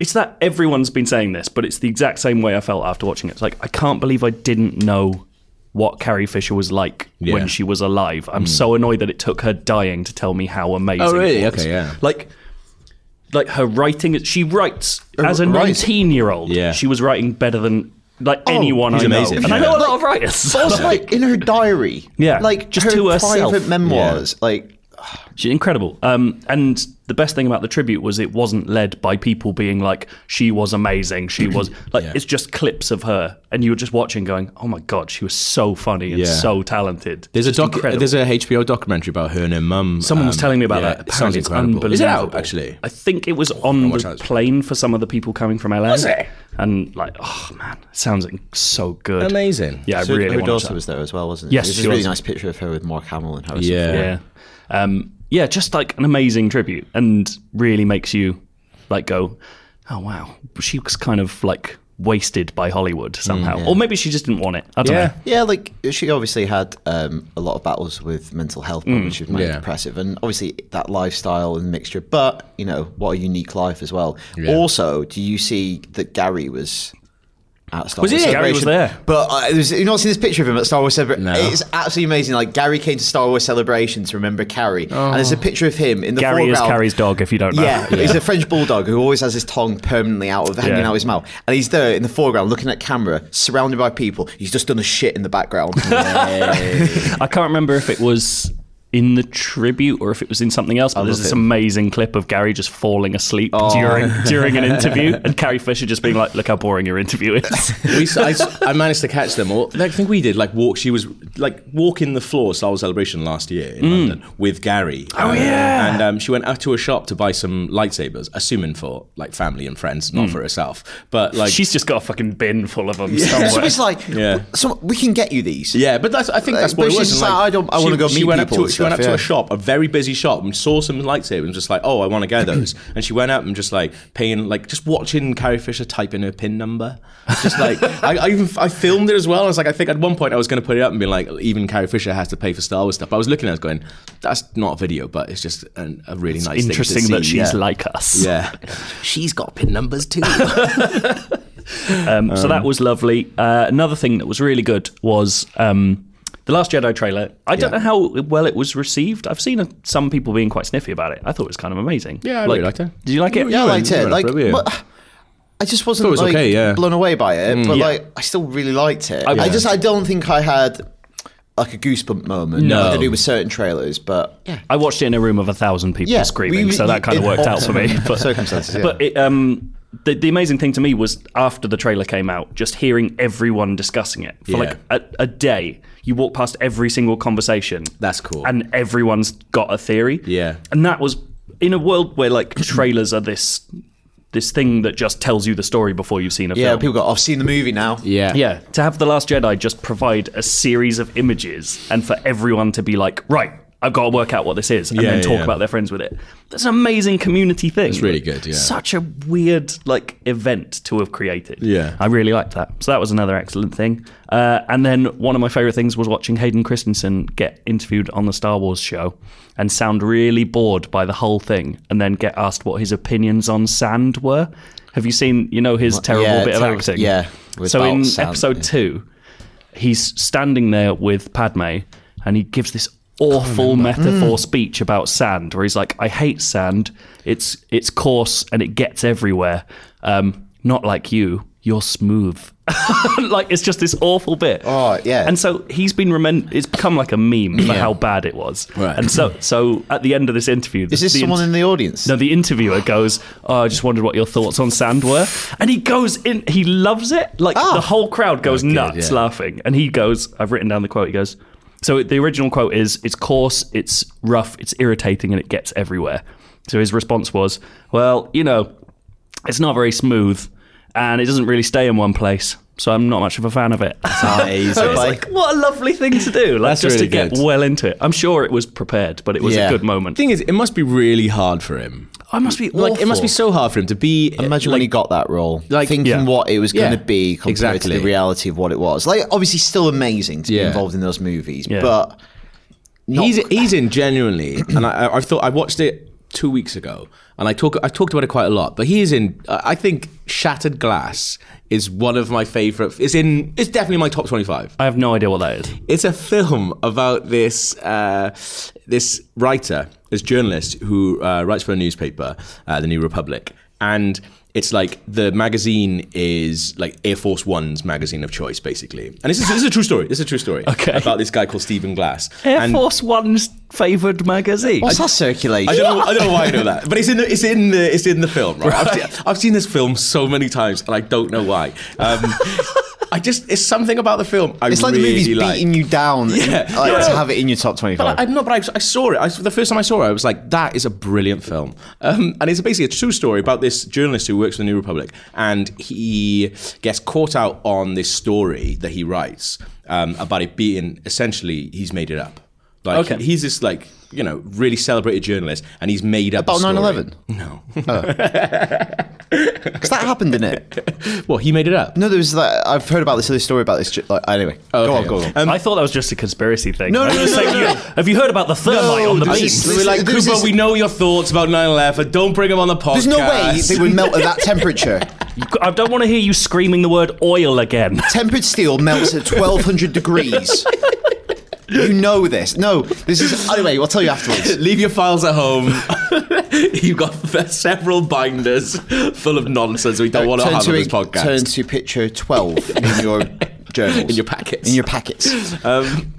Speaker 2: It's that everyone's been saying this, but it's the exact same way I felt after watching it. It's like I can't believe I didn't know what Carrie Fisher was like
Speaker 1: Yeah. Mm.
Speaker 2: when she was alive. I'm so annoyed that it took her dying to tell me how amazing.
Speaker 1: Oh, really?
Speaker 2: It was.
Speaker 1: Okay, yeah.
Speaker 2: Like, like her writing. She writes as a
Speaker 3: writes-
Speaker 2: 19 year old.
Speaker 1: Yeah.
Speaker 2: She was writing better than like anyone I
Speaker 1: he's amazing.
Speaker 2: know. And I
Speaker 1: Yeah.
Speaker 2: know a lot of writers.
Speaker 3: But also, like in her diary,
Speaker 2: Yeah,
Speaker 3: like
Speaker 2: just
Speaker 3: her
Speaker 2: to herself.
Speaker 3: private memoirs, like
Speaker 2: She's incredible. Um, and the best thing about the tribute was it wasn't led by people being like, she was amazing. She was like, it's just clips of her. And you were just watching going, oh my God, she was so funny and
Speaker 1: Yeah.
Speaker 2: so talented.
Speaker 1: There's a
Speaker 2: Just
Speaker 1: doc.
Speaker 2: incredible.
Speaker 1: There's a HBO documentary about her and her mum.
Speaker 2: Someone was
Speaker 1: um,
Speaker 2: telling me about
Speaker 1: yeah,
Speaker 2: that.
Speaker 1: It sounds
Speaker 2: Apparently it's
Speaker 1: incredible.
Speaker 2: unbelievable.
Speaker 1: Is it out actually? Oh,
Speaker 2: I think it was on
Speaker 1: watch
Speaker 2: the
Speaker 1: out.
Speaker 2: plane for some of the people coming from LA. Was
Speaker 1: it?
Speaker 2: And like, oh man, it sounds so good.
Speaker 1: Amazing.
Speaker 2: Yeah,
Speaker 3: so
Speaker 2: I really
Speaker 3: her
Speaker 2: want to. watch
Speaker 3: daughter
Speaker 2: that.
Speaker 3: was there as well, wasn't it?
Speaker 2: Yes,
Speaker 3: There's
Speaker 2: she
Speaker 3: this really
Speaker 2: was.
Speaker 3: nice picture of her with Mark Hamill and Harrison.
Speaker 1: Yeah.
Speaker 3: Ford.
Speaker 2: Yeah. Um, yeah, just like an amazing tribute and really makes you like go, oh wow, she was kind of like wasted by Hollywood somehow. Or maybe she just didn't want it. I don't
Speaker 1: Yeah.
Speaker 2: know.
Speaker 3: Yeah, like she obviously had um, a lot of battles with mental health problems. She was manic
Speaker 1: Yeah.
Speaker 3: depressive, and obviously that lifestyle and mixture. But you know, what a unique life as well.
Speaker 1: Yeah.
Speaker 3: Also, do you see that Gary was? At Star
Speaker 1: Was
Speaker 3: Wars
Speaker 1: he?
Speaker 2: Gary was
Speaker 3: Celebration?
Speaker 2: there.
Speaker 3: but uh, it was, you not seen this picture of him at Star Wars Celebration.
Speaker 1: No.
Speaker 3: It's absolutely amazing. Like Gary came to Star Wars Celebration to remember Carrie, and there's a picture of him in the
Speaker 2: Gary is
Speaker 3: foreground.
Speaker 2: Carrie's dog, if you don't know.
Speaker 3: Yeah, he's a French bulldog who always has his tongue permanently out of hanging
Speaker 2: Yeah.
Speaker 3: out his mouth, and he's there in the foreground looking at camera, surrounded by people. He's just done a shit in the background.
Speaker 2: I can't remember if it was in the tribute or if it was in something else, but there's
Speaker 3: love
Speaker 2: this
Speaker 3: it.
Speaker 2: amazing clip of Gary just falling asleep during during an interview and Carrie Fisher just being like, Look how boring your interview is.
Speaker 1: we, s- I, s- I managed to catch them all. Like, I think we did like walk. She was like walking the floor Star Wars Celebration last year in London with Gary. Mm. Oh yeah, and um, she went out to a shop to buy some lightsabers, assuming for like family and friends, not for herself. But like
Speaker 2: She's just got a fucking bin full of them somewhere.
Speaker 3: so it's like,
Speaker 1: Yeah.
Speaker 3: so we can get you these.
Speaker 1: Yeah, but that's, I think
Speaker 3: Like,
Speaker 1: that's
Speaker 3: but
Speaker 1: what it
Speaker 3: she's
Speaker 1: was.
Speaker 3: just
Speaker 1: and,
Speaker 3: like, I don't- I wanna go
Speaker 1: she
Speaker 3: meet
Speaker 1: went up
Speaker 3: people.
Speaker 1: to-
Speaker 3: She
Speaker 1: she went
Speaker 3: stuff,
Speaker 1: up to
Speaker 3: yeah.
Speaker 1: a shop, a very busy shop, and saw some lightsabers and just like, oh, I want to get those. and she went up and just like paying, like just watching Carrie Fisher type in her pin number. Just like I, I even I filmed it as well. I was like, I think at one point I was going to put it up and be like, even Carrie Fisher has to pay for Star Wars stuff. I was looking at it going, that's not a video, but it's just an, a really nice
Speaker 2: Interesting
Speaker 1: thing to
Speaker 2: that
Speaker 1: see.
Speaker 2: she's
Speaker 1: yeah.
Speaker 2: like us.
Speaker 1: Yeah, she's got pin numbers too.
Speaker 2: Um, so that was lovely. Uh, another thing that was really good was um, the Last Jedi trailer. I don't know how well it was received. I've seen uh some people being quite sniffy about it. I thought it was kind of amazing.
Speaker 1: Yeah, I
Speaker 2: like,
Speaker 1: really liked it.
Speaker 2: Did you like it?
Speaker 3: Yeah, I liked
Speaker 1: you
Speaker 3: it.
Speaker 1: went
Speaker 3: Like,
Speaker 1: for it, yeah.
Speaker 3: but I just wasn't
Speaker 1: Thought it was
Speaker 3: like,
Speaker 1: okay, yeah.
Speaker 3: blown away by it. but
Speaker 2: Yeah.
Speaker 3: like, I still really liked it.
Speaker 2: Yeah.
Speaker 3: I just, I don't think I had like a goosebump moment.
Speaker 1: No.
Speaker 3: like I do with certain trailers, but yeah,
Speaker 2: I watched it in a room of a thousand people
Speaker 3: yeah,
Speaker 2: screaming,
Speaker 3: we-
Speaker 2: so that kind of
Speaker 3: in
Speaker 2: worked out for me.
Speaker 3: optimum
Speaker 2: But,
Speaker 3: circumstances, yeah.
Speaker 2: but it, um, the, the amazing thing to me was after the trailer came out, just hearing everyone discussing it for
Speaker 1: Yeah.
Speaker 2: like a, a day. You walk past every single conversation.
Speaker 1: That's cool.
Speaker 2: And everyone's got a theory.
Speaker 1: Yeah.
Speaker 2: And that was in a world where like trailers are this this thing that just tells you the story before you've seen a
Speaker 3: yeah,
Speaker 2: film.
Speaker 3: people go, I've seen the movie now.
Speaker 1: yeah,
Speaker 2: Yeah, to have The Last Jedi just provide a series of images and for everyone to be like, right, I've got to work out what this is and
Speaker 1: Yeah,
Speaker 2: then talk
Speaker 1: yeah.
Speaker 2: about their friends with it. That's an amazing community thing. It's
Speaker 1: really good, yeah.
Speaker 2: Such a weird like event to have created.
Speaker 1: Yeah.
Speaker 2: I really liked that. So that was another excellent thing. Uh, and then one of my favorite things was watching Hayden Christensen get interviewed on the Star Wars show and sound really bored by the whole thing and then get asked what his opinions on sand were. Have you seen, you know, his terrible
Speaker 3: yeah,
Speaker 2: bit of
Speaker 3: ter-
Speaker 2: acting?
Speaker 3: yeah, with
Speaker 2: So
Speaker 3: Bart
Speaker 2: in
Speaker 3: Sand,
Speaker 2: episode
Speaker 3: yeah.
Speaker 2: two, he's standing there with Padme and he gives this awful metaphor
Speaker 3: Mm.
Speaker 2: speech about sand where he's like, I hate sand. It's it's coarse and it gets everywhere. Um, not like you. You're smooth. like it's just this awful bit.
Speaker 3: Oh, yeah.
Speaker 2: And so he's been remen- it's become like a meme for
Speaker 3: Yeah.
Speaker 2: how bad it was.
Speaker 1: Right.
Speaker 2: And so so at the end of this interview,
Speaker 3: Is this someone in the audience?
Speaker 2: no, the interviewer goes, "Oh, I just wondered what your thoughts on sand were," and he goes in. He loves it. Like
Speaker 1: Ah.
Speaker 2: the whole crowd goes nuts
Speaker 1: yeah.
Speaker 2: laughing, and he goes, "I've written down the quote." He goes, "So the original quote is, it's coarse, it's rough, it's irritating, and it gets everywhere." So his response was, "Well, you know, it's not very smooth, and it doesn't really stay in one place." So I'm not much of a fan of it.
Speaker 3: Amazing.
Speaker 2: I was like, what a lovely thing to do! Like
Speaker 1: That's
Speaker 2: just
Speaker 1: really
Speaker 2: to get
Speaker 1: good.
Speaker 2: well into it. I'm sure it was prepared, but it was a
Speaker 3: Yeah.
Speaker 2: good moment.
Speaker 1: Thing is, it must be really hard for him.
Speaker 2: I must be
Speaker 1: Like, it must be
Speaker 2: awful.
Speaker 1: so hard for him to be.
Speaker 3: Imagine when he got that role,
Speaker 1: like-
Speaker 3: thinking
Speaker 2: yeah.
Speaker 3: what it was
Speaker 1: Yeah.
Speaker 3: going to be compared
Speaker 1: Exactly.
Speaker 3: to the reality of what it was. Like, obviously, still amazing to be
Speaker 1: Yeah.
Speaker 3: involved in those movies,
Speaker 2: Yeah.
Speaker 3: but
Speaker 1: he's he's in genuinely, and I, I- I thought I watched it two weeks ago, and I talk I talked about it quite a lot. But he is in. I I think Shattered Glass is one of my favorite. It's in. It's definitely my top twenty five.
Speaker 2: I have no idea what that is.
Speaker 1: It's a film about this uh, this writer, this journalist who uh, writes for a newspaper, uh, the New Republic, and it's like the magazine is like Air Force One's magazine of choice, basically. And this is, this is a true story. This is a true story
Speaker 2: Okay.
Speaker 1: about this guy called Stephen Glass.
Speaker 2: Air
Speaker 1: and
Speaker 2: Force One's favoured magazine.
Speaker 3: what's that circulation?
Speaker 1: I don't, know, I don't know why I know that, but it's in the it's in the it's in the film. Right? I've, seen, I've seen this film so many times, and I don't know why. Um, I just it's something about the film. I
Speaker 3: it's like
Speaker 1: really
Speaker 3: the movie's
Speaker 1: like.
Speaker 3: beating you down
Speaker 1: Yeah.
Speaker 3: like,
Speaker 1: Yeah.
Speaker 3: to have it in your top 25.
Speaker 1: But I, I'm not. But I, I saw it. I, the first time I saw it, I was like, "That is a brilliant film." Um, and it's basically a true story about this journalist who works for the New Republic, and he gets caught out on this story that he writes um, about it being essentially he's made it up. Like
Speaker 2: Okay.
Speaker 1: he's this like you know really celebrated journalist, and he's made up a
Speaker 3: About
Speaker 1: story.
Speaker 3: 9/11?
Speaker 1: No.
Speaker 3: Because that happened, didn't it?
Speaker 1: well, he made it up.
Speaker 3: No, there was that. I've heard about this other story about this. ju- Like, anyway, go on,
Speaker 1: okay. Um,
Speaker 3: go on.
Speaker 2: I thought that was just a conspiracy thing.
Speaker 3: No,
Speaker 2: I
Speaker 3: no,
Speaker 2: was
Speaker 3: no,
Speaker 2: saying,
Speaker 3: no,
Speaker 2: you-
Speaker 3: no.
Speaker 2: Have you heard about the thermite
Speaker 3: No,
Speaker 2: on the
Speaker 3: this
Speaker 2: beach?
Speaker 3: is-
Speaker 1: So we're like,
Speaker 3: There's
Speaker 1: Cooper,
Speaker 3: this-
Speaker 1: we know your thoughts about 9-11. Don't bring him on the podcast.
Speaker 3: There's no way they would melt at that temperature.
Speaker 2: You- I don't want to hear you screaming the word oil again.
Speaker 3: Tempered steel melts at 1200 degrees. You know this. No, this is. Anyway, I'll tell you afterwards.
Speaker 1: Leave your files at home. You've got several binders full of nonsense we don't want to
Speaker 3: turn
Speaker 1: have on
Speaker 3: to,
Speaker 1: this
Speaker 3: ig-
Speaker 1: podcast.
Speaker 3: turn to picture 12 in your journals.
Speaker 1: in your packets.
Speaker 3: In your packets.
Speaker 1: um,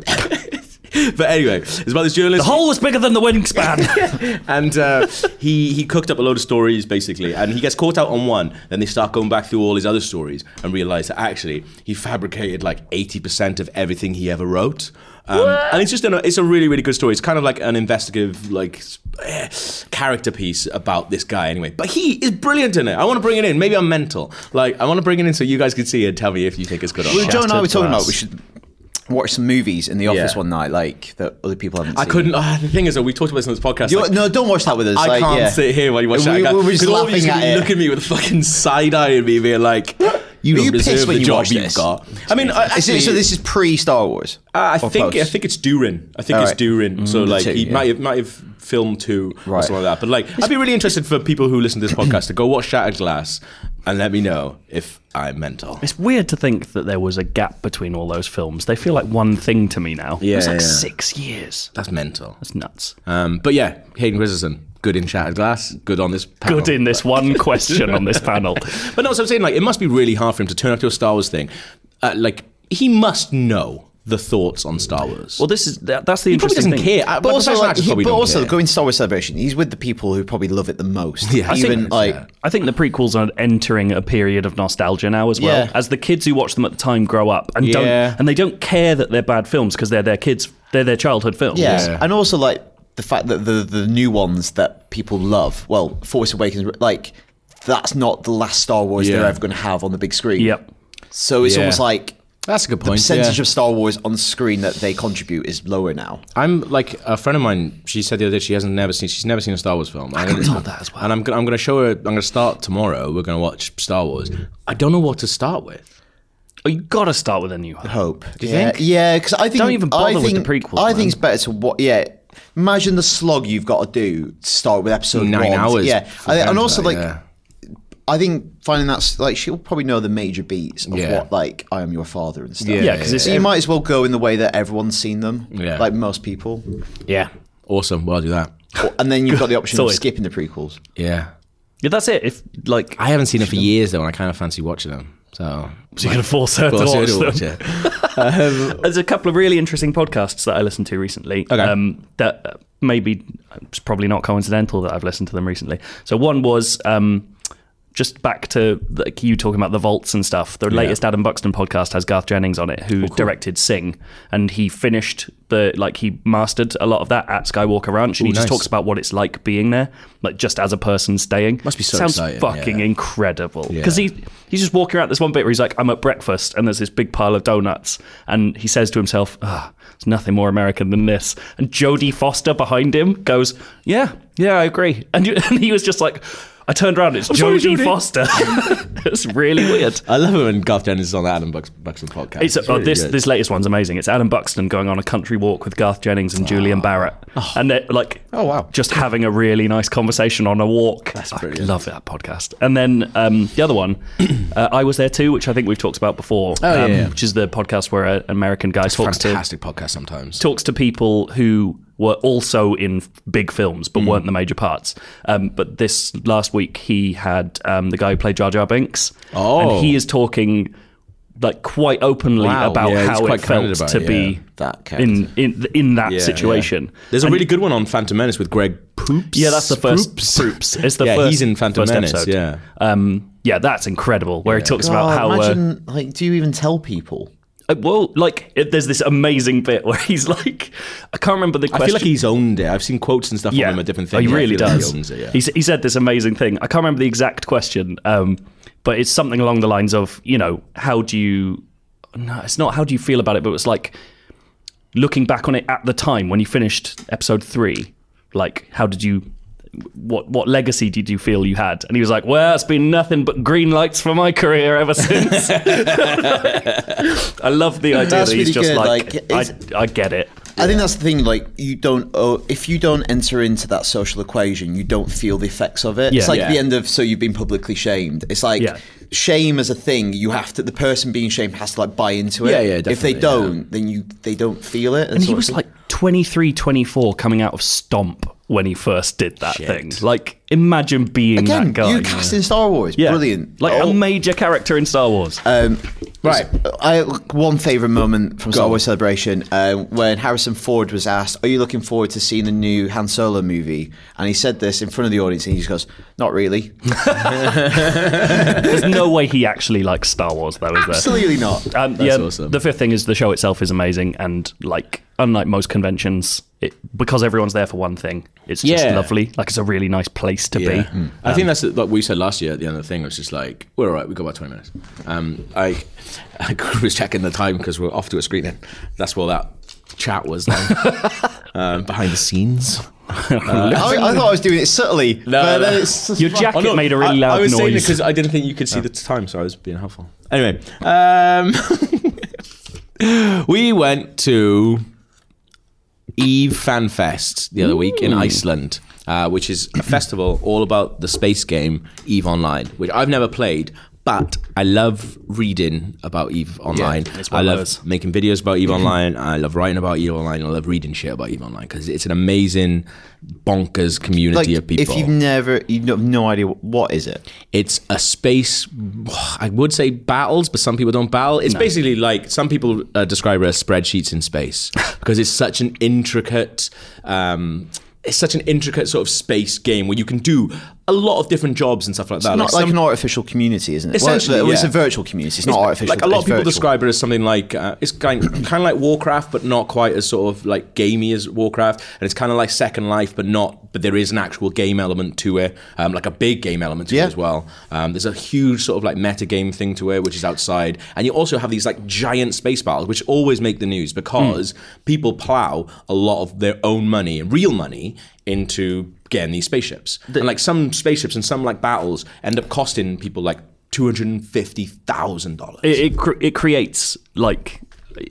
Speaker 1: but anyway, it's about this
Speaker 2: The
Speaker 1: journalist.
Speaker 2: hole was bigger than the wingspan.
Speaker 1: and uh, he he cooked up a load of stories basically, and he gets caught out on one. Then they start going back through all his other stories and realize that actually he fabricated like eighty percent of everything he ever wrote. Um, and it's just an, it's a really really good story. It's kind of like an investigative like eh, character piece about this guy anyway. But he is brilliant in it. I want to bring it in. Maybe I'm mental. Like I want to bring it in so you guys can see it and tell me if you think it's good or
Speaker 3: Well,
Speaker 1: not.
Speaker 3: Joe and I were
Speaker 2: Shattered
Speaker 3: talking
Speaker 2: glass.
Speaker 3: about we should watched some movies in the office
Speaker 1: Yeah.
Speaker 3: one night, like that other people haven't.
Speaker 1: I
Speaker 3: seen.
Speaker 1: couldn't. ah, the thing is, though, we talked about this on this podcast.
Speaker 3: You-
Speaker 1: like,
Speaker 3: no, don't watch that with us.
Speaker 1: I
Speaker 3: like,
Speaker 1: can't
Speaker 3: yeah.
Speaker 1: sit here while you watch
Speaker 3: We-
Speaker 1: that.
Speaker 3: we
Speaker 1: guy.
Speaker 3: were just
Speaker 1: 'Cause all of you's
Speaker 3: laughing
Speaker 1: gonna
Speaker 3: at it.
Speaker 1: Look at me with a fucking side eye and me being like, "You
Speaker 3: Were
Speaker 1: don't
Speaker 3: you pissed
Speaker 1: deserve
Speaker 3: when
Speaker 1: the
Speaker 3: you
Speaker 1: job
Speaker 3: watched
Speaker 1: you've
Speaker 3: this?
Speaker 1: got." I mean, I,
Speaker 3: Is it-
Speaker 1: actually,
Speaker 3: so this is pre Star Wars.
Speaker 1: Uh, I
Speaker 3: Or
Speaker 1: think I
Speaker 3: post?
Speaker 1: think it's Durin. I think it's
Speaker 3: Alright.
Speaker 1: Durin. so like
Speaker 3: two,
Speaker 1: he
Speaker 3: Mm, yeah.
Speaker 1: might have, might have filmed two or
Speaker 3: Right.
Speaker 1: something like that. But like I'd be really interested for people who listen to this podcast to go watch Shattered Glass and let me know if I'm mental.
Speaker 2: It's weird to think that there was a gap between all those films. They feel like one thing to me now.
Speaker 1: Yeah,
Speaker 2: it was like
Speaker 1: yeah.
Speaker 2: six years.
Speaker 1: That's mental.
Speaker 2: That's nuts.
Speaker 1: Um, but yeah, Hayden Christensen, good in Shattered Glass, good on this. Panel.
Speaker 2: Good in this one question on this panel.
Speaker 1: But no, so I'm saying like it must be really hard for him to turn up to a Star Wars thing. Uh, like he must know the thoughts on Star Wars.
Speaker 2: Well, this is that, that's the
Speaker 1: he probably
Speaker 2: interesting
Speaker 1: doesn't
Speaker 2: thing.
Speaker 1: care. Uh,
Speaker 3: But also,
Speaker 1: professional
Speaker 3: like,
Speaker 1: actors
Speaker 3: he,
Speaker 1: probably
Speaker 3: but
Speaker 1: don't
Speaker 3: also
Speaker 1: care.
Speaker 3: going to Star Wars Celebration, he's with the people who probably love it the most.
Speaker 1: Yeah, I think
Speaker 3: even
Speaker 1: that's
Speaker 3: like
Speaker 1: fair.
Speaker 2: I think the prequels are entering a period of nostalgia now as well.
Speaker 3: Yeah.
Speaker 2: As the kids who watch them at the time grow up and don't
Speaker 1: Yeah.
Speaker 2: and they don't care that they're bad films because they're their kids they're their childhood films.
Speaker 3: yeah.
Speaker 1: Yeah.
Speaker 3: and also like the fact that the the new ones that people love. Well, Force Awakens, like that's not the last Star Wars
Speaker 1: Yeah.
Speaker 3: they're ever going to have on the big screen.
Speaker 2: Yep.
Speaker 3: So it's
Speaker 1: Yeah.
Speaker 3: almost like
Speaker 1: that's a good
Speaker 3: the
Speaker 1: point.
Speaker 3: percentage
Speaker 1: yeah.
Speaker 3: of Star Wars on screen that they contribute is lower now.
Speaker 1: I'm like a friend of mine. She said the other day she hasn't never seen. She's never seen a Star Wars film. I got told that as well. And I'm gonna, I'm going to show her. I'm going to start tomorrow. We're going to watch Star Wars. I don't know what to start with.
Speaker 2: Oh, you got to start with a new hope.
Speaker 3: Hope. Do
Speaker 1: you
Speaker 3: yeah.
Speaker 1: think?
Speaker 3: Yeah, because I think
Speaker 2: Don't even bother
Speaker 3: I
Speaker 2: with the
Speaker 3: think,
Speaker 2: prequels,
Speaker 3: I
Speaker 2: man.
Speaker 3: think it's better to what? Yeah. Imagine the slog you've got to do to start with episode
Speaker 1: Nine
Speaker 3: one.
Speaker 1: hours
Speaker 3: Yeah,
Speaker 1: for
Speaker 3: I think- and
Speaker 1: Ben's
Speaker 3: also
Speaker 1: like,
Speaker 3: like.
Speaker 1: yeah.
Speaker 3: I think finding that's like she'll probably know the major beats of
Speaker 1: Yeah.
Speaker 3: what like I am your father and stuff.
Speaker 2: Yeah, because
Speaker 3: So you might as well go in the way that everyone's seen them,
Speaker 1: Yeah.
Speaker 3: like most people,
Speaker 1: Yeah. Awesome. Well, I'll do that.
Speaker 3: Or- and then you've got the option
Speaker 2: Sorted.
Speaker 3: of skipping the prequels.
Speaker 1: Yeah.
Speaker 2: it's yeah, that's it. If like
Speaker 1: I haven't seen it for years though, and I kind of fancy watching them. So.
Speaker 2: you're gonna force her
Speaker 1: Well,
Speaker 2: to
Speaker 1: so I
Speaker 2: watch
Speaker 1: do
Speaker 2: them.
Speaker 1: watch it.
Speaker 2: There's a couple of really interesting podcasts that I listened to recently.
Speaker 1: Okay.
Speaker 2: that uh, maybe it's probably not coincidental that I've listened to them recently. So one was um, just back to like you talking about the vaults and stuff. The latest Adam Buxton podcast has Garth Jennings on it,
Speaker 1: Oh,
Speaker 2: who directed Sing, and he finished the like he mastered a lot of that at Skywalker Ranch, and he
Speaker 1: nice.
Speaker 2: just talks about what it's like being there, like just as a person staying.
Speaker 1: Must be so
Speaker 2: sounds
Speaker 1: exciting,
Speaker 2: fucking
Speaker 1: yeah.
Speaker 2: incredible because he he's just walking around this one bit where he's like, I'm at breakfast and there's this big pile of donuts, and he says to himself, Ah, there's nothing more American than this. And Jodie Foster behind him goes, Yeah, yeah, I agree. And, you, and he was just like, I turned around, it's
Speaker 1: sorry,
Speaker 2: Jodie
Speaker 1: Jodie.
Speaker 2: Foster. it's really weird.
Speaker 1: I love it when Garth Jennings is on the Adam Bucks- Buxton podcast.
Speaker 2: It's, oh,
Speaker 1: really
Speaker 2: this
Speaker 1: good.
Speaker 2: this latest one's amazing. It's Adam Buxton going on a country walk with Garth Jennings and Julian Barrett, and they're like,
Speaker 1: Ah. Oh, wow.
Speaker 2: just having a really nice conversation on a walk. That's I
Speaker 1: brilliant.
Speaker 2: love that podcast. And then um, the other one, uh, I was there too, which I think we've talked about before,
Speaker 1: Oh,
Speaker 2: um,
Speaker 1: yeah, yeah.
Speaker 2: which is the podcast where an American guy talks to
Speaker 1: fantastic podcast sometimes.
Speaker 2: talks to people who were also in big films
Speaker 1: Hmm.
Speaker 2: but weren't the major parts. Um, but this last week, he had um, the guy who played Jar Jar Binks,
Speaker 1: Oh.
Speaker 2: and he is talking like quite openly
Speaker 1: Wow,
Speaker 2: about
Speaker 1: yeah, he's
Speaker 2: how
Speaker 1: quite
Speaker 2: it felt
Speaker 1: candid about
Speaker 2: to
Speaker 1: it,
Speaker 2: be
Speaker 3: yeah, that
Speaker 2: in in in that
Speaker 1: Yeah,
Speaker 2: situation.
Speaker 1: yeah. There's a really good one on Phantom Menace with Greg Proops.
Speaker 2: Yeah, that's the first
Speaker 1: Proops.
Speaker 2: Proops. It's the
Speaker 1: yeah,
Speaker 2: first,
Speaker 1: he's in Phantom
Speaker 2: first
Speaker 1: Menace.
Speaker 2: episode.
Speaker 1: Yeah.
Speaker 2: Um, yeah, that's incredible. Where he talks about how uh,
Speaker 3: imagine like, do you even tell people?
Speaker 2: uh, well, like it, there's this amazing bit where he's like, I can't remember the question.
Speaker 1: I feel like he's owned it. I've seen quotes and stuff on him at different
Speaker 2: Oh,
Speaker 1: things. I
Speaker 2: he really
Speaker 1: feel like
Speaker 2: does.
Speaker 1: He owns it, yeah.
Speaker 2: he, s- he said this amazing thing. I can't remember the exact question, um, but it's something along the lines of, you know, how do you. No, it's not how do you feel about it, but it's like looking back on it at the time when you finished episode three, like, how did you. What what legacy did you feel you had? And he was like, "Well, it's been nothing but green lights for my career ever since." I love the idea
Speaker 3: That's
Speaker 2: that he's
Speaker 3: really
Speaker 2: just
Speaker 3: good,
Speaker 2: like,
Speaker 3: like, it's-
Speaker 2: I, "I get it."
Speaker 3: I think that's the thing. Like, you don't. Oh, if you don't enter into that social equation, you don't feel the effects of it.
Speaker 2: Yeah.
Speaker 3: It's like
Speaker 1: Yeah.
Speaker 3: the end of so you've been publicly shamed. It's like
Speaker 2: Yeah.
Speaker 3: shame as a thing. You have to. The person being shamed has to like buy into it.
Speaker 1: Yeah, yeah,
Speaker 3: If they
Speaker 1: definitely, yeah.
Speaker 3: don't, then you they don't feel it.
Speaker 2: And he was like 23, 24 coming out of Stomp when he first did that
Speaker 1: Shit.
Speaker 2: thing. Like, imagine being
Speaker 3: again,
Speaker 2: that guy.
Speaker 3: you cast in Star Wars.
Speaker 2: Yeah.
Speaker 3: Brilliant.
Speaker 2: Like
Speaker 3: Oh,
Speaker 2: a major character in Star Wars.
Speaker 1: Uh, right.
Speaker 3: Um, I one favorite moment from Star Wars Celebration um, when Harrison Ford was asked, "Are you looking forward to seeing the new Han Solo movie?" And he said this in front of the audience, and he just goes, "Not really,
Speaker 2: There's no way he actually likes Star Wars, though, is there?
Speaker 3: absolutely not."
Speaker 2: Um,
Speaker 1: That's
Speaker 2: yeah,
Speaker 1: awesome.
Speaker 2: The fifth thing is the show itself is amazing, and like unlike most conventions, it, because everyone's there for one thing. It's just
Speaker 1: Yeah.
Speaker 2: lovely. Like it's a really nice place to
Speaker 1: Yeah.
Speaker 2: be. Hmm.
Speaker 1: I think that's like we said last year at the end of the thing. It was just like, we're all right, we've got about 20 minutes. Um, I, I was checking the time because we're off to a screening. That's what that chat was then. um, behind the scenes.
Speaker 3: I, I thought I was doing it subtly, but
Speaker 1: no.
Speaker 3: then it's
Speaker 2: Your jacket made a
Speaker 1: Oh, I,
Speaker 2: really loud
Speaker 1: I was saying it
Speaker 2: noise.
Speaker 1: because I didn't think you could see the time, so I was being helpful. Oh. Anyway, um, we went to Eve Fan Fest the other week in Iceland, uh, which is a festival all about the space game Eve Online, which I've never played. But I love reading about Eve Online.
Speaker 2: it's one
Speaker 1: I
Speaker 2: of
Speaker 1: love
Speaker 2: those.
Speaker 1: making videos about Eve Online. I love writing about Eve Online. I love reading shit about Eve Online because it's an amazing, bonkers
Speaker 3: like
Speaker 1: community of people
Speaker 3: if you've never, you have no idea what, what is it.
Speaker 1: it's a space i would say battles but some people don't battle it's basically like some people uh, describe it as spreadsheets in space because it's such an intricate um, it's such an intricate sort of space game where you can do a lot of different jobs and stuff like that
Speaker 3: Not like,
Speaker 1: some-
Speaker 3: an artificial community, isn't it?
Speaker 1: Essentially,
Speaker 3: well, it's,
Speaker 1: yeah.
Speaker 3: a virtual community. It's, not artificial.
Speaker 1: like a lot of
Speaker 3: it's
Speaker 1: people
Speaker 3: virtual.
Speaker 1: describe it as something like uh, it's kind kind of like Warcraft, but not quite as sort of like gamey as Warcraft, and it's kind of like Second Life, but not. But there is an actual game element to it, um, like a big game element to it
Speaker 3: Yeah.
Speaker 1: as well. Um, there's a huge sort of like metagame thing to it, which is outside, and you also have these like giant space battles, which always make the news because people plow a lot of their own money, real money, into getting these spaceships, and like some spaceships and some like battles end up costing people like. Two hundred and fifty thousand dollars.
Speaker 2: it it, cr- it creates like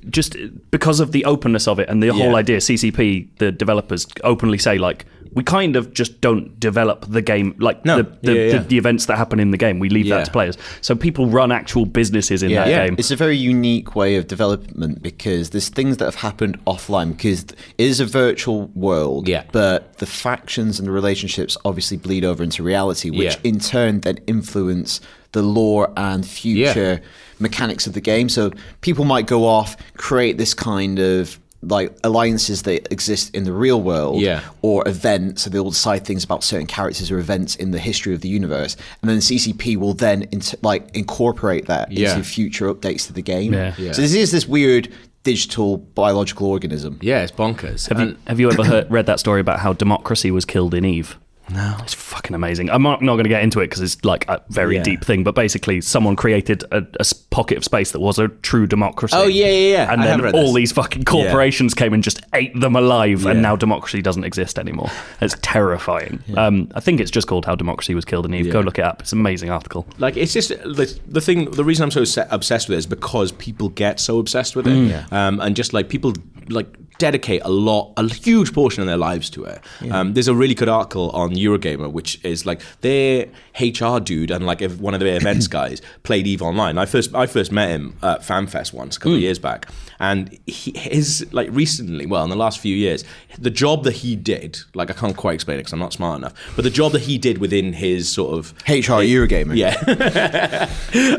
Speaker 2: just because of the openness of it and the whole idea ccp the developers openly say like we kind of just don't develop the game like
Speaker 1: No.
Speaker 2: the,
Speaker 1: Yeah,
Speaker 2: the,
Speaker 1: yeah.
Speaker 2: the the events that happen in the game we leave
Speaker 1: Yeah.
Speaker 2: that to players so people run actual businesses in that
Speaker 1: Yeah.
Speaker 2: game
Speaker 3: It's a very unique way of development because there's things that have happened offline because it is a virtual world,
Speaker 1: Yeah.
Speaker 3: but the factions and the relationships obviously bleed over into reality, which
Speaker 1: Yeah.
Speaker 3: in turn then influence the lore and future mechanics of the game. So people might go off, create this kind of like alliances that exist in the real world
Speaker 1: Yeah.
Speaker 3: or events, so they'll decide things about certain characters or events in the history of the universe, and then CCP will then int- like incorporate that
Speaker 1: Yeah.
Speaker 3: into future updates to the game.
Speaker 2: Yeah. Yeah.
Speaker 3: So this is this weird digital biological organism.
Speaker 1: Yeah, it's bonkers.
Speaker 2: have, you, have you ever heard, read that story about how democracy was killed in eve no it's fucking amazing i'm not, not going to get into it because it's like a very
Speaker 1: Yeah.
Speaker 2: deep thing but basically someone created a, a s- pocket of space that was a true democracy
Speaker 1: Oh, yeah, yeah, yeah.
Speaker 2: and
Speaker 1: I have
Speaker 2: then
Speaker 1: read
Speaker 2: all
Speaker 1: this.
Speaker 2: these fucking corporations came and just ate them alive
Speaker 1: Yeah.
Speaker 2: and now democracy doesn't exist anymore it's terrifying um, i think it's just called how democracy was killed in eve go
Speaker 1: Yeah.
Speaker 2: look it up it's an amazing article
Speaker 1: like it's just the, the thing. The reason I'm so se- obsessed with it is because people get so obsessed with it, um, and just like people like dedicate a lot, a huge portion of their lives to it. Um, there's a really good article on Eurogamer, which is like their HR dude and like if one of their events guys played Eve Online. I first I first met him at FanFest once a couple of years back, and he, his like recently, well, in the last few years, the job that he did, like I can't quite explain it because I'm not smart enough, but the job that he did within his sort of
Speaker 3: HR Eurogamer.
Speaker 1: yeah.